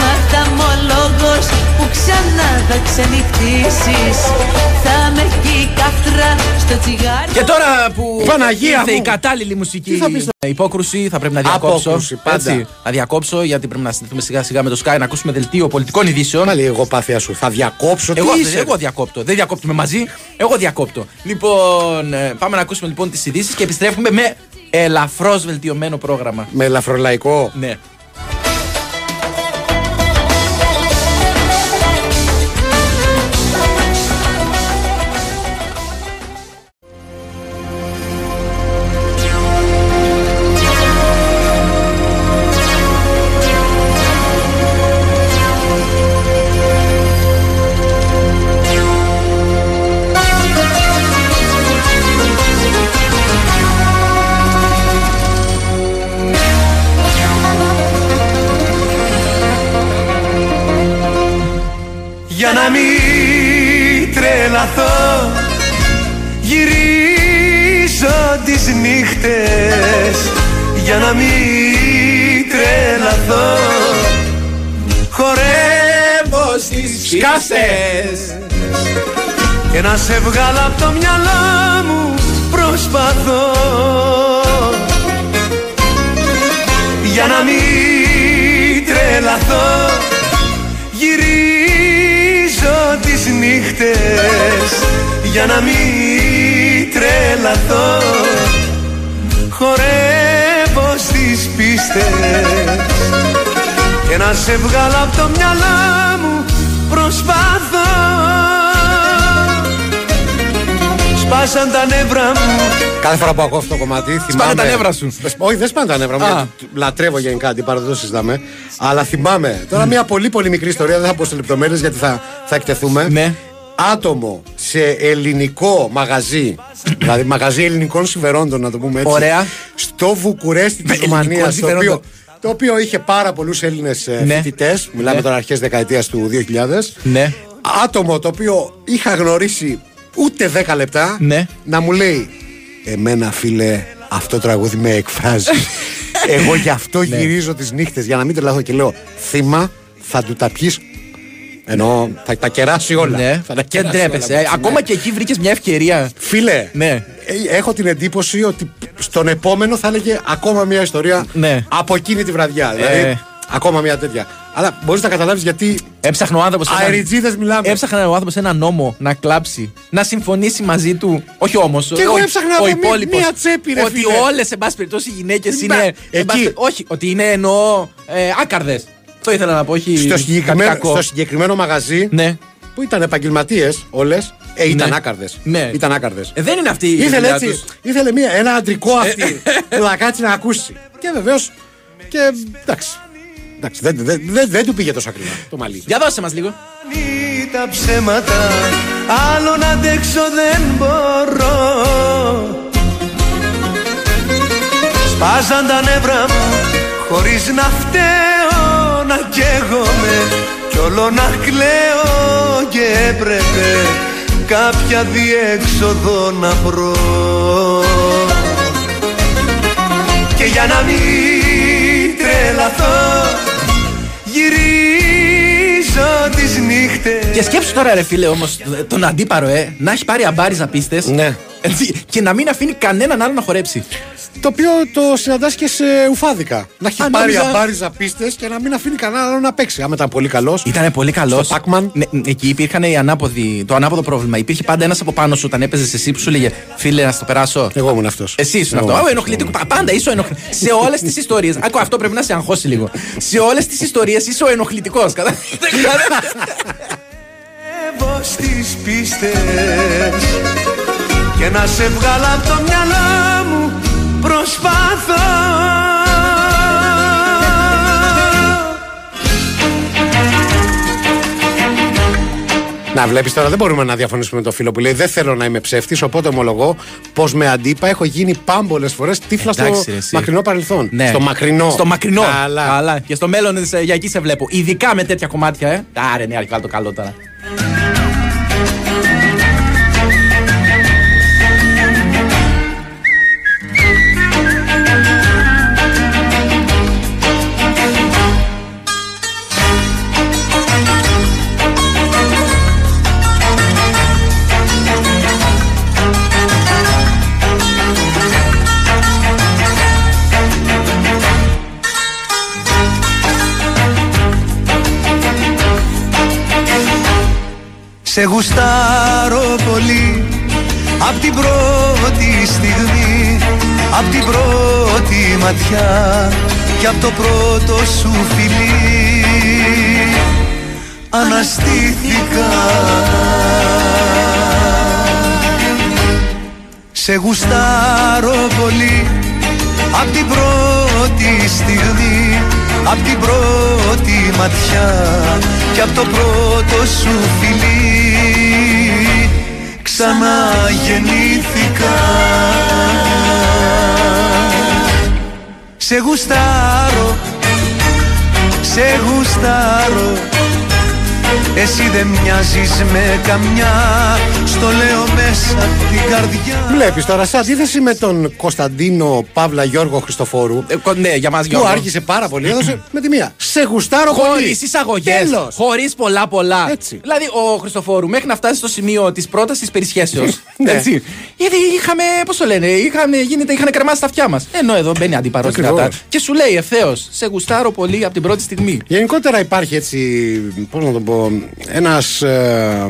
Μαθαμολόγος που ξανά θα ξενυχτήσεις Θα με έχει κάθρα στο τσιγάρο Και τώρα που Παναγία ήρθε μου! η κατάλληλη μουσική Τι θα πεις υπόκρουση, θα πρέπει να διακόψω. Απόκρουση, πάντα. να διακόψω γιατί πρέπει να συνδεθούμε σιγά σιγά με το Sky να ακούσουμε δελτίο πολιτικών ειδήσεων. Πάλι εγώ πάθεια σου. Θα διακόψω. Εγώ, τι είσαι. εγώ διακόπτω. Δεν διακόπτουμε μαζί. Εγώ διακόπτω. Λοιπόν, ε, πάμε να ακούσουμε λοιπόν τις ειδήσεις και επιστρέφουμε με ελαφρώς βελτιωμένο πρόγραμμα. Με ελαφρολαϊκό. Ναι. Για να μην τρελαθώ Γυρίζω τις νύχτες Για να μην τρελαθώ Χορεύω στις Σκάσε! Και να σε βγάλω από το μυαλό μου προσπαθώ Για να μην τρελαθώ Γυρίζω τις νύχτες Για να μην τρελαθώ Χορεύω στις πίστες Και να σε βγάλω από το μυαλό μου προσπαθώ Σπάσαν τα νεύρα μου Κάθε φορά που ακούω αυτό το κομμάτι. θυμάμαι- τα νεύρα σου. Όχι, δεν σπάνε τα νεύρα μου. Α. γιατί τ- Λατρεύω γενικά την παραδόση δάμε. Αλλά θυμάμαι. Τώρα μια πολύ πολύ μικρή ιστορία. Δεν θα πω σε λεπτομέρειες γιατί θα, θα εκτεθούμε. Ναι. Άτομο σε ελληνικό μαγαζί, δηλαδή μαγαζί ελληνικών συμφερόντων, να το πούμε έτσι. Ωραία. Στο Βουκουρέστι της ελληνικών Ρουμανίας. Το οποίο, συμφερόντων. το οποίο είχε πάρα πολλούς Έλληνες Ναι. φοιτητές. Μιλάμε Ναι. τώρα αρχές δεκαετίας του 2000. Ναι. Άτομο το οποίο είχα γνωρίσει ούτε 10 λεπτά Ναι. να μου λέει Εμένα φίλε αυτό τραγούδι με εκφράζει Εγώ γι' αυτό Ναι. γυρίζω τις νύχτες για να μην τρελαθώ και λέω Θύμα θα του τα πιείς Ενώ θα τα κεράσει όλα Ναι. θα τα Και κεράσει ντρέπεσαι. όλα. ναι. ε. Ακόμα και εκεί βρήκες μια ευκαιρία. Φίλε Ναι. ε, Έχω την εντύπωση ότι στον επόμενο θα έλεγε ακόμα μια ιστορία Ναι. από εκείνη τη βραδιά. Δηλαδή, Ε. ακόμα μια τέτοια. Αλλά μπορείς να καταλάβεις γιατί Έψαχνε ο άνθρωπος. αεριτζίδε μιλάμε. Έψαχνε ο άνθρωπος ένα νόμο να κλάψει, να συμφωνήσει μαζί του. Όχι όμως. Κι εγώ έψαχνα να ο βρω μη- υπόλοιπος. μία τσέπη, ρε Ότι φίλε. όλες, εν πάση περιπτώσει, οι γυναίκες Μα, είναι. εν πάση εκεί. περι- Όχι, ότι είναι εννοώ ε, άκαρδες. Το ήθελα να πω, όχι. στο κάτι συγκεκριμένο, κακό. στο συγκεκριμένο μαγαζί Ναι. που ήταν επαγγελματίες όλες, Ε, ήταν Ναι. άκαρδες. Ναι. Ήταν άκαρδες. Ε, δεν είναι αυτή η Ήθελε δουλειά έτσι. τους. Ε, Ήθελε μία, ένα αντρικό αυτή που θα κάτσει να ακούσει. Και βεβαίως. Και εντάξει. εντάξει δεν, δεν, δεν, δεν του πήγε τόσο ακριβά το μαλλί. Για δώσε μας λίγο. Ή τα ψέματα Άλλον αντέξω δεν μπορώ Σπάζαν τα νεύρα μου Χωρίς να φταίω να καίγομαι Κι όλο να κλαίω και έπρεπε Κάποια διέξοδο να βρω και για να μην τρελαθώ γυρίζω τις νύχτες Και σκέψου τώρα, ρε φίλε, όμως τον αντίπαρο, ε, να έχει πάρει αμπάριζα πίστες. Ναι. Και να μην αφήνει κανέναν άλλο να χορέψει. Το οποίο το συναντάς και σε ουφάδικα. Να έχει Α, πάρει νόμιζα- αμπάριζα πίστες και να μην αφήνει κανέναν άλλο να παίξει. Άμα ήταν πολύ καλός. Ήταν πολύ καλός. Στο Pac-Man. εκεί υπήρχαν οι ανάποδοι, το ανάποδο πρόβλημα. Υπήρχε πάντα ένας από πάνω σου όταν έπαιζες εσύ που σου λέγε Φίλε, να στο περάσω. Εγώ ήμουν αυτός. Εσύ ήσουν αυτό. Ο ενοχλητικό. Πα- Πάντα είσαι ο ενοχλητικό. σε όλες τις ιστορίες. Ακού, αυτό πρέπει να σε αγχώσει λίγο. σε όλες τις ιστορίες είσαι ο ενοχλητικός. Κατέβω στις πίστες και να σε βγάλω από το μυαλό μου προσπαθώ Να βλέπεις τώρα, δεν μπορούμε να διαφωνήσουμε με τον φίλο που λέει Δεν θέλω να είμαι ψεύτης, οπότε ομολογώ πως με αντίπα έχω γίνει πάμπολες φορές τύφλα στο Εντάξει, ρε, εσύ. μακρινό παρελθόν. Ναι. Στο μακρινό. Στο μακρινό. Καλά. Καλά. Και στο μέλλον ε, για εκεί σε βλέπω. Ειδικά με τέτοια κομμάτια, ε. Άρε, ναι, αρκετά το καλό τώρα. Σε γουστάρω πολύ Απ' την πρώτη στιγμή Απ' την πρώτη ματιά Και απ' το πρώτο σου φιλί Αναστήθηκα Σε γουστάρω πολύ Απ' την πρώτη στιγμή Απ' την πρώτη ματιά Και απ' το πρώτο σου φιλί Ξανά γεννήθηκα σε γουστάρω, σε γουστάρω Εσύ δεν μοιάζεις με καμιά Στο λέω μέσα απ' την καρδιά Βλέπεις τώρα, σε αντίθεση με τον Κωνσταντίνο Παύλα Γιώργο Χριστοφόρου, Ε, κο- ναι, για μας που άργησε πάρα πολύ, έδωσε με τη μία. Σε γουστάρω Χωρί πολύ. εισαγωγές. Τέλος. Χωρίς πολλά πολλά. Έτσι. Δηλαδή, ο Χριστοφόρου μέχρι να φτάσει στο σημείο της πρότασης περί σχέσεως, Ναι. Έτσι. Γιατί είχαμε, πώς το λένε, είχαμε, γίνεται, είχαν κρεμάσει τα αυτιά μας. Ενώ εδώ μπαίνει αντίπαρο Ακριβώς. δυνατά και σου λέει ευθέως: Σε γουστάρω πολύ από την πρώτη στιγμή. Γενικότερα υπάρχει έτσι, πώς να το πω, ένας... Ε,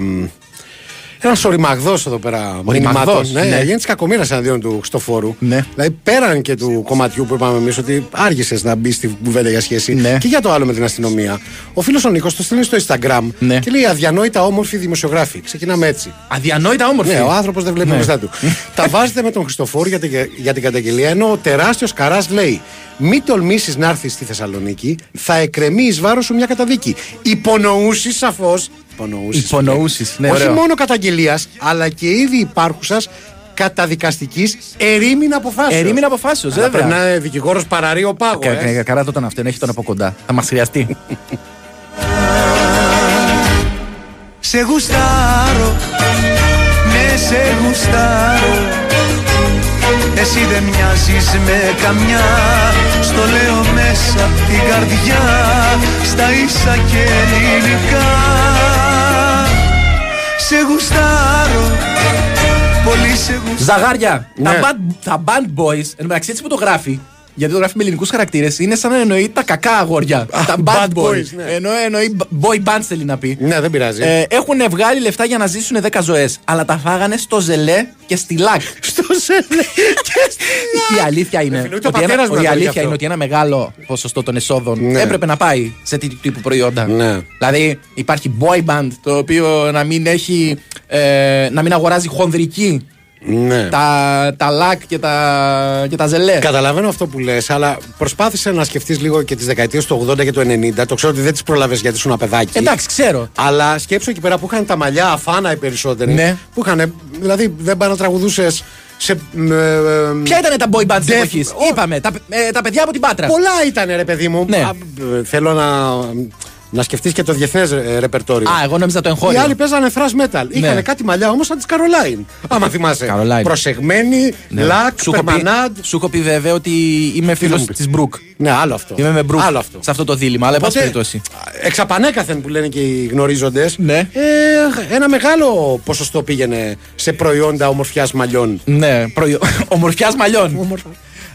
ένα οριμαγδός εδώ πέρα. Οριμαγδός, μηνυμάτων. Ναι, ναι. ναι. Γίνεται κακομήρας εναντίον του Χριστοφόρου. Ναι. Δηλαδή, πέραν και του κομματιού που είπαμε εμείς ότι άργησες να μπεις στη κουβέντα για σχέση. Ναι. Και για το άλλο με την αστυνομία. Ο φίλος ο Νίκος το στέλνει στο Instagram Ναι. και λέει Αδιανόητα όμορφη δημοσιογράφη. Ξεκινάμε έτσι. Αδιανόητα όμορφη. Ναι, ο άνθρωπος δεν βλέπει μπροστά του. Τα βάζετε με τον Χριστοφόρο για, την- για την καταγγελία, ενώ ο τεράστιος καράς λέει: Μην τολμήσεις να έρθεις στη Θεσσαλονίκη, θα εκρεμεί εις βάρος σου μια καταδίκη. Υπονοούσει σαφώ. Υπονοούσει. Υπονοούσεις, ναι, Όχι ωραίο. μόνο καταγγελίας, αλλά και ήδη υπάρχουσας καταδικαστικής ερήμην αποφάσεως. Ερήμην αποφάσεως, βέβαια. Πρέπει να είναι δικηγόρος παραρείο πάγος. Κα- ε. κα- Καλά το ήταν αυτό, να έχει τον από κοντά. Θα μας χρειαστεί. Σε γουστάρω, ναι σε γουστάρω Εσύ δεν μοιάζεις με καμιά Στο λέω μέσα απ' την καρδιά Στα ίσα και ελληνικά Σε γουστάρω, πολύ σε γουστάρω Ζαγάρια. Ναι. Τα, band, τα band boys, εν τω μεταξύ έτσι που το γράφει, γιατί το γράφει με ελληνικούς χαρακτήρες, είναι σαν να εννοεί τα κακά αγόρια. τα bad, bad boys. boys, ναι. Ενώ εννοεί b- boy bands θέλει να πει. Ναι, δεν πειράζει. Ε, έχουν βγάλει λεφτά για να ζήσουν 10 ζωές. Αλλά τα φάγανε στο ζελέ και στη λακ. Στο Η αλήθεια είναι, φίλε, ούτε ο ότι, ένα, πατέρας μου η να το λέει αλήθεια αυτό. είναι ότι ένα μεγάλο ποσοστό των εσόδων Ναι. έπρεπε να πάει σε τέτοιου τύπου προϊόντα. Ναι. Δηλαδή υπάρχει boy band το οποίο να μην έχει. ε, να μην αγοράζει χονδρική Ναι. τα, τα λακ και τα, και τα ζελέ. Καταλαβαίνω αυτό που λες, αλλά προσπάθησε να σκεφτείς λίγο και τις δεκαετίες του 80 και του 90. Το ξέρω ότι δεν τις πρόλαβε γιατί σου ένα παιδάκι. Εντάξει, ξέρω. Αλλά σκέψου εκεί πέρα που είχαν τα μαλλιά αφάνα οι περισσότεροι. Ναι. Που είχαν, δηλαδή δεν πάνε να τραγουδούσες σε. μ, ε, Ποια ήταν τα boy band της Death- εποχής. Ω. Είπαμε, τα, ε, τα παιδιά από την πάτρα. Πολλά ήταν, ρε παιδί μου. Ναι. Α, ε, θέλω να, να σκεφτείς και το διεθνές ρεπερτόριο. Α, εγώ νόμιζα το Οι εγχώριο. άλλοι παίζανε thrash metal. Είχαν κάτι μαλλιά όμως σαν τη Καρολάιν. Άμα θυμάσαι. Caroline. Προσεγμένη, Ναι. λακ, σου, έχω πει, περμανάντ. σου έχω πει βέβαια ότι είμαι φίλος μου πεις? της Μπρουκ. Ναι, άλλο αυτό. Είμαι με Μπρουκ Άλλο αυτό. σε αυτό το δίλημα, αλλά εν πάση Οπότε, περιπτώσει. Εξ επανέκαθεν που λένε και οι γνωρίζοντες, Ναι. ένα μεγάλο ποσοστό πήγαινε σε προϊόντα ομορφιάς μαλλιών. Ναι, προϊό... ομορφιάς μαλλιών.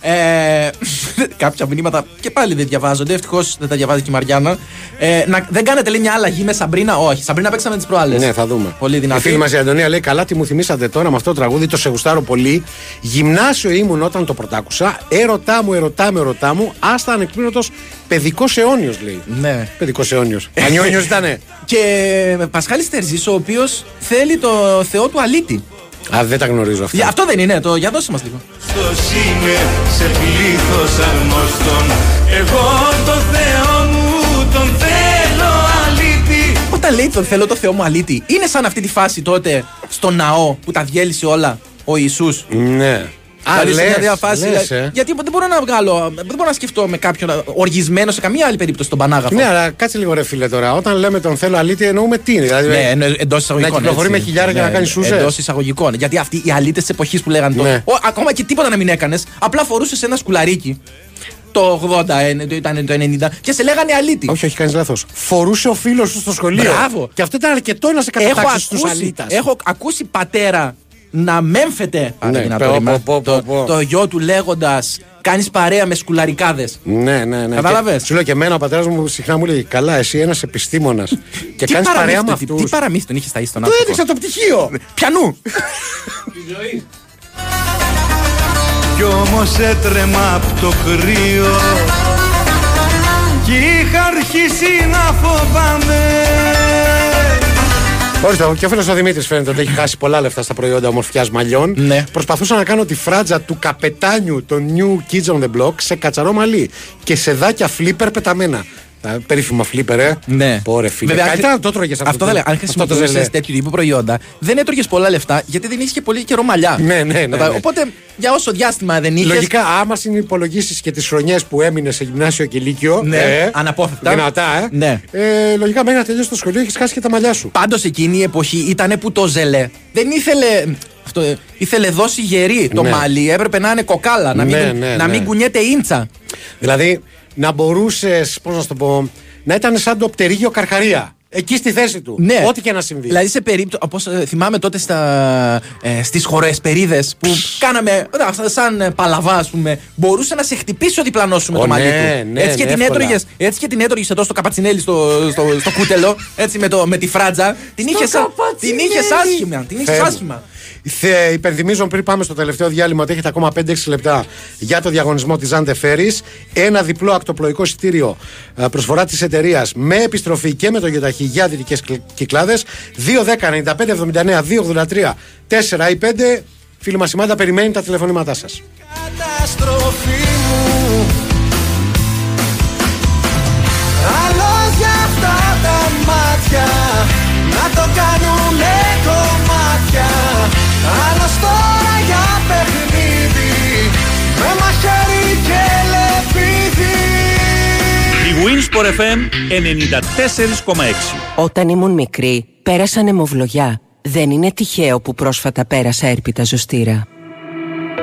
Ε, κάποια μηνύματα και πάλι δεν διαβάζονται. Ευτυχώς δεν τα διαβάζει και η Μαριάννα. Ε, να, δεν κάνετε λέει μια αλλαγή με Σαμπρίνα. Όχι, Σαμπρίνα παίξαμε τις προάλλες. Ναι, θα δούμε. Πολύ δυνατή. Η φίλη μας η Αντωνία λέει: Καλά, τι μου θυμήσατε τώρα με αυτό το τραγούδι, το σε γουστάρω πολύ. Γυμνάσιο ήμουν όταν το πρωτάκουσα. Έρωτά μου, ερωτά μου, ερωτά μου. Άστα ανεκπλήρωτος παιδικός αιώνιος, λέει. Ναι. Παιδικός αιώνιος. Ανιόνιο ήταν. Και Πασχάλης Τερζής, ο οποίος θέλει το θεό του Αλίτη. Α, δεν τα γνωρίζω Για- αυτά. Αυτό δεν είναι, το, για δώσε μας λίγο. Χριστός είναι σε πλήθος αρμόστων Εγώ το Θεό μου τον θέλω αλήτη Όταν λέει τον θέλω το Θεό μου αλήτη, είναι σαν αυτή τη φάση τότε στο ναό που τα διέλυσε όλα ο Ιησούς. Ναι. Α, λες, λες, μια διαφάση, λες, δηλαδή, ε. Γιατί δεν μπορώ να βγάλω, δεν μπορώ να σκεφτώ με κάποιον οργισμένο σε καμία άλλη περίπτωση τον Πανάγαθο. Ναι, αλλά κάτσε λίγο ρε φίλε τώρα. Όταν λέμε τον θέλω αλήτη, εννοούμε τι. Δηλαδή, Ναι, εν- εντό εισαγωγικών. κυκλοφορεί με χιλιάρικα να κάνεις σούζες. Εντός εισαγωγικών. Γιατί αυτοί οι αλήτες της εποχής που λέγανε το. Ναι. Ο, ακόμα και τίποτα να μην έκανες. Απλά φορούσες ένα σκουλαρίκι. Το 80, ε, το ήταν το 90 και σε λέγανε αλήτη. Όχι, όχι, κάνεις λάθος. Φορούσε ο φίλος σου στο σχολείο. Μπράβο. Και αυτό ήταν αρκετό να σε Έχω κατατάξεις στους ακούσει, αλήτας. έχω ακούσει πατέρα να μέμφεται Ναι, Άρα, δυνατό πω, ρήμα. πω, πω, το, πω. το γιο του λέγοντας Κάνεις παρέα με σκουλαρικάδες. Ναι, ναι, ναι. Κατάλαβες. Και Σου λέω και εμένα ο πατέρας μου συχνά μου λέει Καλά, εσύ ένας επιστήμονας. και κάνεις παρέα με παραμύθι- αυτού. Τι παραμύθι τον είχε στα ίσον Του έδειξα το Ναι. πτυχίο. Πιανού! Κι όμως έτρεμα απ' το κρύο Κι είχα αρχίσει να φοβάμαι Ορίστε, και ο φίλο ο Δημήτρης φαίνεται ότι έχει χάσει πολλά λεφτά στα προϊόντα ομορφιάς μαλλιών. Ναι. Προσπαθούσα να κάνω τη φράτζα του καπετάνιου των New Kids on the Block σε κατσαρό μαλλί και σε δάκια φλίπερ πεταμένα. Τα περίφημα φλίπερ, ε. Ναι. Πόρε φίλε. Βέβαια, αν Καλύτερα χρη- να το ναι. τρώγε αυτό. Αυτό θα λέω. Αν χρησιμοποιούσε ζελέ. τέτοιου τύπου προϊόντα, δεν έτρωγες πολλά λεφτά γιατί δεν είχε και πολύ καιρό μαλλιά. Ναι, ναι, ναι, ναι. Οπότε για όσο διάστημα δεν είχες. Λογικά, άμα συνυπολογίσεις και τις χρονιές που έμεινες σε γυμνάσιο και λύκειο. ε, Ναι, αναπόφευκτα. Δυνατά, ε. Ναι. ε λογικά, μέχρι να τελειώσει το σχολείο, έχεις χάσει και τα μαλλιά σου. Πάντως εκείνη η εποχή ήταν που το ζελέ. Δεν ήθελε. Αυτό, ε, ήθελε δώσει γερή το Ναι. μαλλί. Έπρεπε να είναι κοκάλα, να μην, Ναι, ναι, να ναι. μην κουνιέται ίντσα. Δηλαδή, να μπορούσες, πώς να σου το πω, να ήταν σαν το πτερίγιο καρχαρία. Εκεί στη θέση του. Ναι. Ό,τι και να συμβεί. Δηλαδή σε περίπτωση. Όπω θυμάμαι τότε στα, ε, στις χορεσπερίδε που κάναμε. ε, αυτά σαν ε, παλαβά, ας πούμε. Μπορούσε να σε χτυπήσει ο διπλανό σου με Ω, το μαλλί ναι, του. ναι, έτσι, και ναι, την εύκολα. έτρωγες, έτσι και την έτρωγες εδώ στο καπατσινέλι στο, στο, στο κούτελο. Έτσι με, το, με τη φράτζα. Την είχε την είχες άσχημα. Την είχες Θεέ μου. άσχημα. Θε, υπενθυμίζω πριν πάμε στο τελευταίο διάλειμμα ότι έχετε ακόμα 5-6 λεπτά για το διαγωνισμό της Ζάντε Φέρι. Ένα διπλό ακτοπλοϊκό εισιτήριο ε, προσφορά της εταιρείας με επιστροφή και με το γεταχή για δυτικές κυκλάδε. 2-10-95-79-283-4 ή 5. Φίλοι μας, η Μάντα περιμένει τα τηλεφωνήματά σας. Καταστροφή μου Άλλος για αυτά τα μάτια Να το κάνουνε κομμάτια Άλλος τώρα για παιχνίδι Με μαχαίρι και λεπίδι Η Winsport FM 94,6. Όταν ήμουν μικρή, πέρασα ανεμοβλογιά. Δεν είναι τυχαίο που πρόσφατα πέρασα έρπιτα ζωστήρα.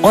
Ο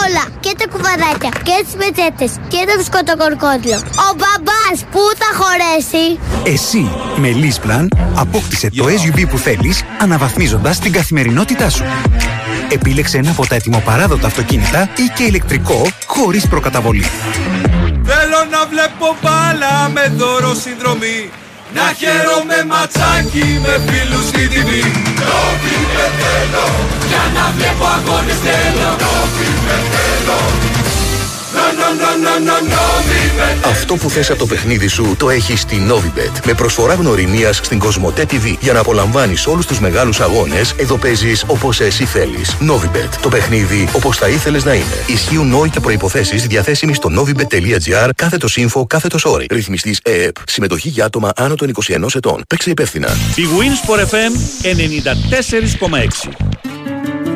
όλα. Και τα κουβαδάκια, και τις πετσέτες, και το σκοτοκορκόδιο. Ο μπαμπάς που τα χωρέσει. Εσύ με Λίσπλαν απόκτησε το SUV που θέλεις αναβαθμίζοντας την καθημερινότητά σου. Επίλεξε ένα από τα ετοιμοπαράδοτα αυτοκίνητα ή και ηλεκτρικό χωρίς προκαταβολή. Θέλω να βλέπω μπάλα με δώρο συνδρομή Να χαίρομαι ματσάκι με φίλους στη τιμή Το φίλε θέλω Για να βλέπω αγώνες θέλω Το φίλε θέλω No, no, no, no, no, no, μη με Αυτό που θες από το παιχνίδι σου το έχεις στη Novibet. Με προσφορά γνωριμίας στην Κοσμοτέ TV για να απολαμβάνεις όλους τους μεγάλους αγώνες, εδώ παίζεις όπως εσύ θέλεις. Novibet. Το παιχνίδι όπως θα ήθελες να είναι. Ισχύουν όλοι και προϋποθέσεις διαθέσιμοι στο novibet.gr κάθετος info κάθετος όρη. Ρυθμιστής ΕΕΠ. Συμμετοχή για άτομα άνω των 21 ετών. Παίξε υπεύθυνα. Η Winsport FM 94,6.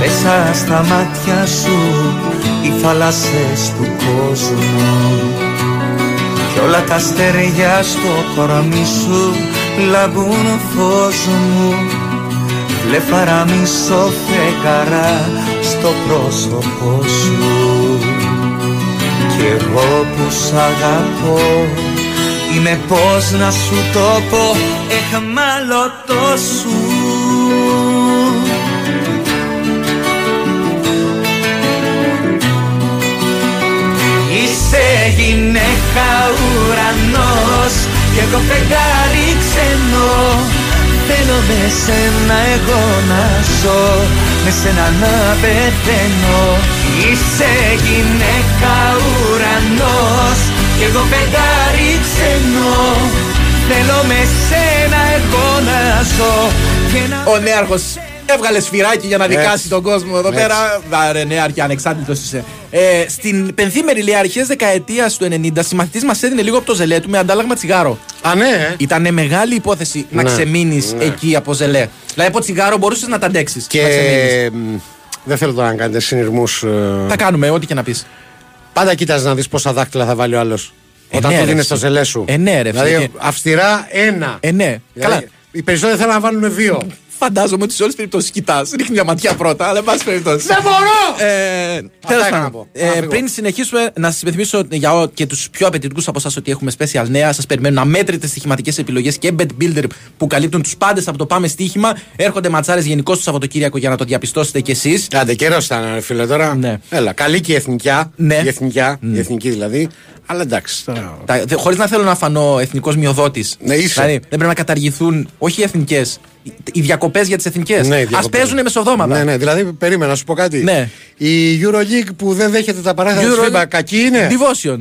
Μέσα στα μάτια σου οι θάλασσες του κόσμου Κι όλα τα αστέρια στο κορμί σου λαμπούν φως μου Βλέφαρα μισό φεγγαρά στο πρόσωπό σου Κι εγώ που σ' αγαπώ είμαι πώς να σου το πω εχμαλωτός σου Είσαι γυναίκα ουρανός και εγώ φεγγάρι ξενό Θέλω με σένα εγώ να ζω, με σένα να πεθαίνω Είσαι γυναίκα ουρανός και εγώ φεγγάρι ξενό Θέλω με σένα εγώ να ζω και να Ο νέαρχος έβγαλε σφυράκι για να Έτσι. δικάσει τον κόσμο εδώ Έτσι. πέρα. Βάρε νέαρχε, ανεξάρτητος είσαι. Ε, στην πενθήμερη λέει αρχές δεκαετίας του 90, συμμαθητή μας έδινε λίγο από το ζελέ του με αντάλλαγμα τσιγάρο. Α, ναι, ε. Ήταν μεγάλη υπόθεση να Ναι, ξεμείνεις ναι. εκεί από ζελέ. Δηλαδή από τσιγάρο μπορούσες να τα αντέξεις. Και μ, δεν θέλω τώρα να κάνετε ε, συνειρμού. Τα κάνουμε, ό,τι και να πεις. Πάντα κοίτα να δεις πόσα δάχτυλα θα βάλει ο άλλος. Ε, όταν ναι, του ρε, δίνεις εσύ. το ζελέ σου. Ε, ναι, ρε, Δηλαδή, φίλε. αυστηρά ένα. Ε, ναι. Δηλαδή, Καλά. Οι περισσότεροι θέλουν να βάλουν δύο. Φαντάζομαι ότι σε όλες τις περιπτώσεις κοιτάς. Ρίχνει μια ματιά πρώτα, αλλά εν πάση περιπτώσει. Δεν μπορώ! Ε, Αυτά τέλος είχα πάντων. να πω. Ε, Να φύγω. πριν συνεχίσουμε, να σας υπενθυμίσω για ό, και τους πιο απαιτητικούς από εσάς ότι έχουμε special νέα. Σας περιμένουν αμέτρητε στοιχηματικές επιλογές και bet builder που καλύπτουν τους πάντες από το πάμε στοίχημα. Έρχονται ματσάρες γενικώς το Σαββατοκύριακο για να το διαπιστώσετε κι εσείς. Άντε, καιρός ήταν, ρε φίλε τώρα. Ναι. Έλα, καλή και η εθνικιά. Ναι. Η εθνικιά, η εθνική δηλαδή. Αλλά εντάξει. Τώρα... Χωρίς να θέλω να φανώ εθνικός μειοδότης. Ναι, είσαι. Δηλαδή, δεν πρέπει να καταργηθούν όχι οι εθνικές, οι διακοπές για τις εθνικές. Ναι, οι Ας διακοπές. παίζουν μεσοδόματα. Ναι, ναι, δηλαδή περίμενα να σου πω κάτι. Ναι. Η Euroleague που δεν δέχεται τα παράθυρα της Euro- FIBA, κακή είναι. Divotion.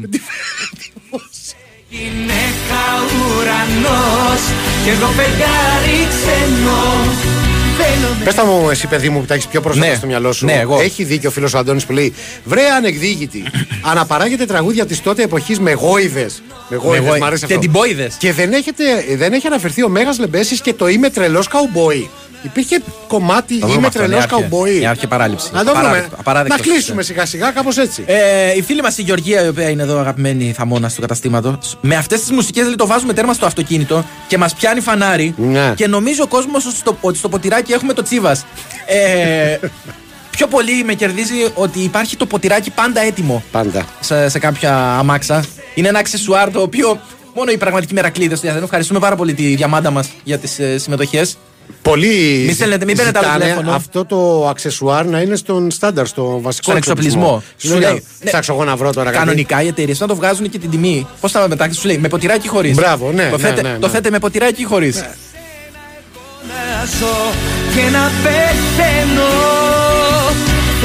Γυναίκα ουρανός και εγώ φεγγάρι ξενό Θέλω με Πες τα μου, εσύ παιδί μου που τα έχεις πιο πρόσφατα Ναι. στο μυαλό σου. Ναι, εγώ. Έχει δίκιο ο φίλος Αντώνης που λέει Βρέ ανεκδίκητη. Αναπαράγεται τραγούδια της τότε εποχής με γόιδες. Με γόιδες, γόη- μ' αρέσει και αυτό. τυμπόιδες. Και δεν, έχετε, δεν έχει αναφερθεί ο Μέγας Λεμπέσης και το είμαι τρελός καουμπόι. Υπήρχε κομμάτι Θα δούμε είμαι αυτό, τρελό νεάρχε. καουμπόι. Νεάρχε, παράληψη. Να το βρούμε. Απαράδεκτο, απαράδεκτο. ναι. Να κλείσουμε σιγά σιγά κάπως έτσι. Ε, η φίλη μας η Γεωργία, η οποία είναι εδώ αγαπημένη θαμώνα του καταστήματο, με αυτές τις μουσικές λέει το βάζουμε τέρμα στο αυτοκίνητο και μας πιάνει φανάρι. Ναι. Και νομίζει ο κόσμος ότι, στο- ότι στο ποτηράκι έχουμε το τσίβας. Ε, πιο πολύ με κερδίζει ότι υπάρχει το ποτηράκι πάντα έτοιμο Πάντα. σε, σε κάποια αμάξα. Είναι ένα αξεσουάρ το οποίο μόνο οι πραγματικοί μερακλείδες του διαθέτουν. Ευχαριστούμε πάρα πολύ τη διαμάντα μας για τις ε, συμμετοχές. Πολλοί Μη στέλνετε, μην παίρνετε άλλο ζητάνε τηλέφωνο. αυτό το αξεσουάρ να είναι στον στάνταρ, στο βασικό Στον εξοπλισμό. Σου λέει, ναι. ψάξω εγώ να βρω τώρα κάτι. Κανονικά οι εταιρείες να το βγάζουν και την τιμή. Πώς θα μετάξει, σου λέει με ποτηράκι χωρίς. Μπράβο, ναι, Το, ναι, θέτε, ναι, ναι. το θέτε με ποτηράκι χωρί. να ζω και να πεθαίνω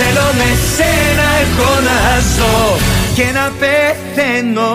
Θέλω με σένα εγώ να ζω και να πεθαίνω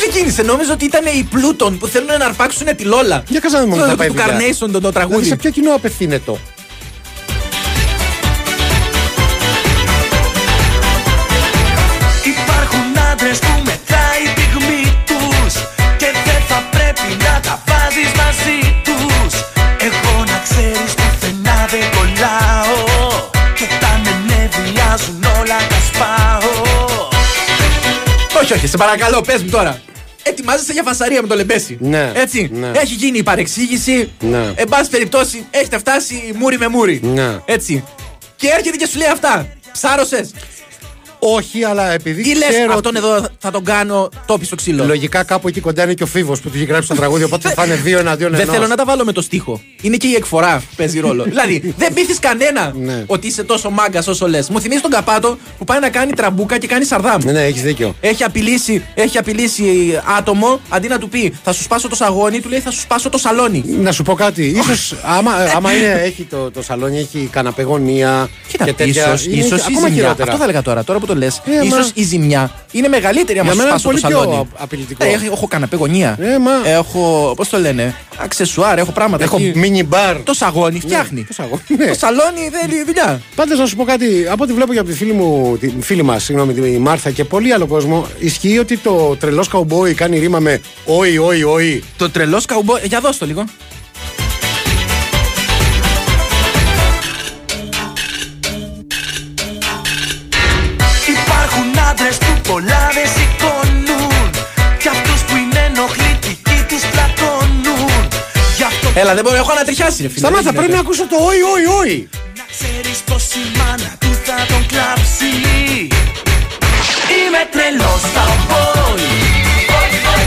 συγκίνησε. Νόμιζα ότι ήταν οι Πλούτων που θέλουν να αρπάξουν τη Λόλα. Για κάτσε να δούμε Το- μόνο το- θα πάει Του η δουλειά. Carnation το- το Δηλαδή, σε τραγούδι. ποιο κοινό απευθύνεται το. Υπάρχουν άντρες που μετράει η πυγμή τους Και δεν θα πρέπει να τα βάζεις μαζί τους Εγώ να ξέρεις πουθενά δεν κολλάω Και τα με νευριάζουν όλα τα σπάω Όχι, όχι, σε παρακαλώ, πες μου τώρα. Ετοιμάζεσαι για φασαρία με το λεμπέση. Ναι. Έτσι. Ναι. Έχει γίνει η παρεξήγηση. Ναι. Εν πάση περιπτώσει, έχετε φτάσει μούρι με μούρι. Ναι. Έτσι. Και έρχεται και σου λέει αυτά. Ψάρωσες. Όχι, αλλά επειδή. Τι λες, ξέρω αυτόν ότι- εδώ θα τον κάνω τόπι στο ξύλο. Λογικά κάπου εκεί κοντά είναι και ο φίβος που του έχει γράψει το τραγούδι, οπότε θα είναι δύο εναντίον ενό. Δεν θέλω να τα βάλω με το στίχο. Είναι και η εκφορά που παίζει ρόλο. δηλαδή, δεν πείθεις κανένα Ναι. ότι είσαι τόσο μάγκας όσο λες. Μου θυμίζει τον Καπάτο που πάει να κάνει τραμπούκα και κάνει σαρδάμ. Ναι, ναι, έχεις δίκιο. Έχει απειλήσει, έχει απειλήσει άτομο αντί να του πει Θα σου σπάσω το σαγόνι, του λέει Θα σου σπάσω το σαλόνι. Να σου πω κάτι. ίσως άμα, Ε, άμα είναι, έχει το, το σαλόνι, έχει καναπεγωνία Κοίτα, και τέτοια. ίσως, είναι ίσως η ακόμα ζημιά. χειρότερα. Αυτό θα έλεγα τώρα, τώρα που το λες. Ε, ίσως μα- η ζημιά είναι μεγαλύτερη άμα Για σου μένα είναι σπάσω το πολύ πιο σαλόνι. α- απειλητικό. Ε, έχω, έχω καναπέ γωνία. Ε, μα- Έχω, πώς το λένε, αξεσουάρ, έχω πράγματα. Έχω εκεί. mini bar. Το σαγόνι φτιάχνει. Το σαγόνι, ναι. Το σαλόνι θέλει δουλειά. Πάντως να σου πω κάτι, από ό,τι βλέπω και από τη φίλη μου, τη φίλη μας, συγγνώμη, τη Μάρθα και πολύ άλλο κόσμο, ισχύει ότι το τρελός καουμπόι κάνει ρήμα Ναι, με Όι, όι, όι. Το τρελός καουμπό. Για δώσ' το λίγο. Υπάρχουν άντρες που πολλά δεν σηκώνουν Κι αυτούς που είναι ενοχλητικοί τους πλατώνουν Γι' αυτό Έλα, δεν μπορώ, έχω ανατριχιάσει, ρε φίλε. Σταμάτα, Δεν πρέπει να γίνεται. ακούσω το όι, όι, όι. Να ξέρεις πως η μάνα του θα τον κλάψει Είμαι τρελός cowboy Ωι, ωι, ωι.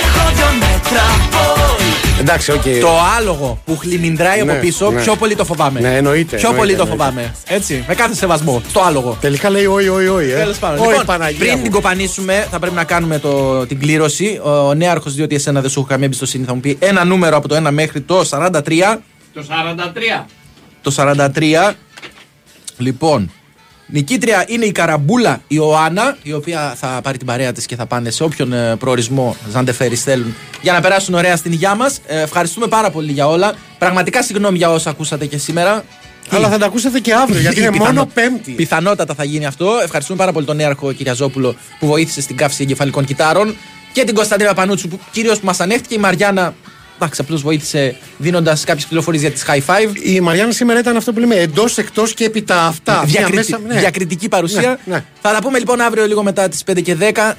Έχω δυο μέτρα boy Εντάξει, οκ. Το άλογο που χλιμιντράει Ναι, από πίσω, ναι. πιο πολύ το φοβάμαι. Ναι, εννοείται, Πιο εννοείται, πολύ το εννοείται. φοβάμαι. Έτσι, με κάθε σεβασμό. Το άλογο. Τελικά λέει όι, όι, όι. Ε. Τέλος πάντων. Όι, Λοιπόν, Παναγία πριν μου. την κοπανίσουμε, θα πρέπει να κάνουμε το, την κλήρωση. Ο, νέαρχος, διότι εσένα δεν σου έχω καμία εμπιστοσύνη, θα μου πει ένα νούμερο από το 1 μέχρι το 43. Το 43. Το 43. Λοιπόν, νικήτρια είναι η Καραμπούλα Ιωάννα, η οποία θα πάρει την παρέα της και θα πάνε σε όποιον ε, προορισμό Ζαντεφέρι θέλουν για να περάσουν ωραία στην υγειά μας. ευχαριστούμε πάρα πολύ για όλα. Πραγματικά συγγνώμη για όσα ακούσατε και σήμερα. Αλλά θα τα ακούσετε και αύριο, γιατί είναι μόνο Πέμπτη. Πιθανότατα θα γίνει αυτό. Ευχαριστούμε πάρα πολύ τον Νέαρχο Κυριαζόπουλο που βοήθησε στην καύση εγκεφαλικών κυτάρων και την Κωνσταντίνα Πανούτσου που κυρίως που μας ανέχτηκε. Η Μαριάννα, εντάξει, απλώς βοήθησε δίνοντας κάποιες πληροφορίες για τις high five. Η Μαριάννα σήμερα ήταν αυτό που λέμε εντός, εκτός και επί τα αυτά. Μια Διακριτι- μέσα- ναι. Διακριτική παρουσία. Ναι, ναι. Θα τα πούμε λοιπόν αύριο λίγο μετά τις 5 και 10.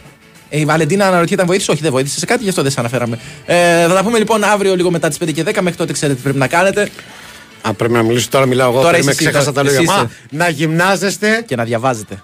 Ε, η Βαλεντίνα αναρωτιέται αν βοήθησε. Όχι, δεν βοήθησε σε κάτι, γι' αυτό δεν σε αναφέραμε. Ε, θα τα πούμε λοιπόν αύριο λίγο μετά τις 5 και 10. Μέχρι τότε ξέρετε τι πρέπει να κάνετε. Α, πρέπει να μιλήσω τώρα, μιλάω εγώ. Τώρα Τώρα είσαι με εσύ, ξέχασα τώρα τα λόγια. εσύ Μα, είσαι. να γυμνάζεστε. Και να διαβάζετε.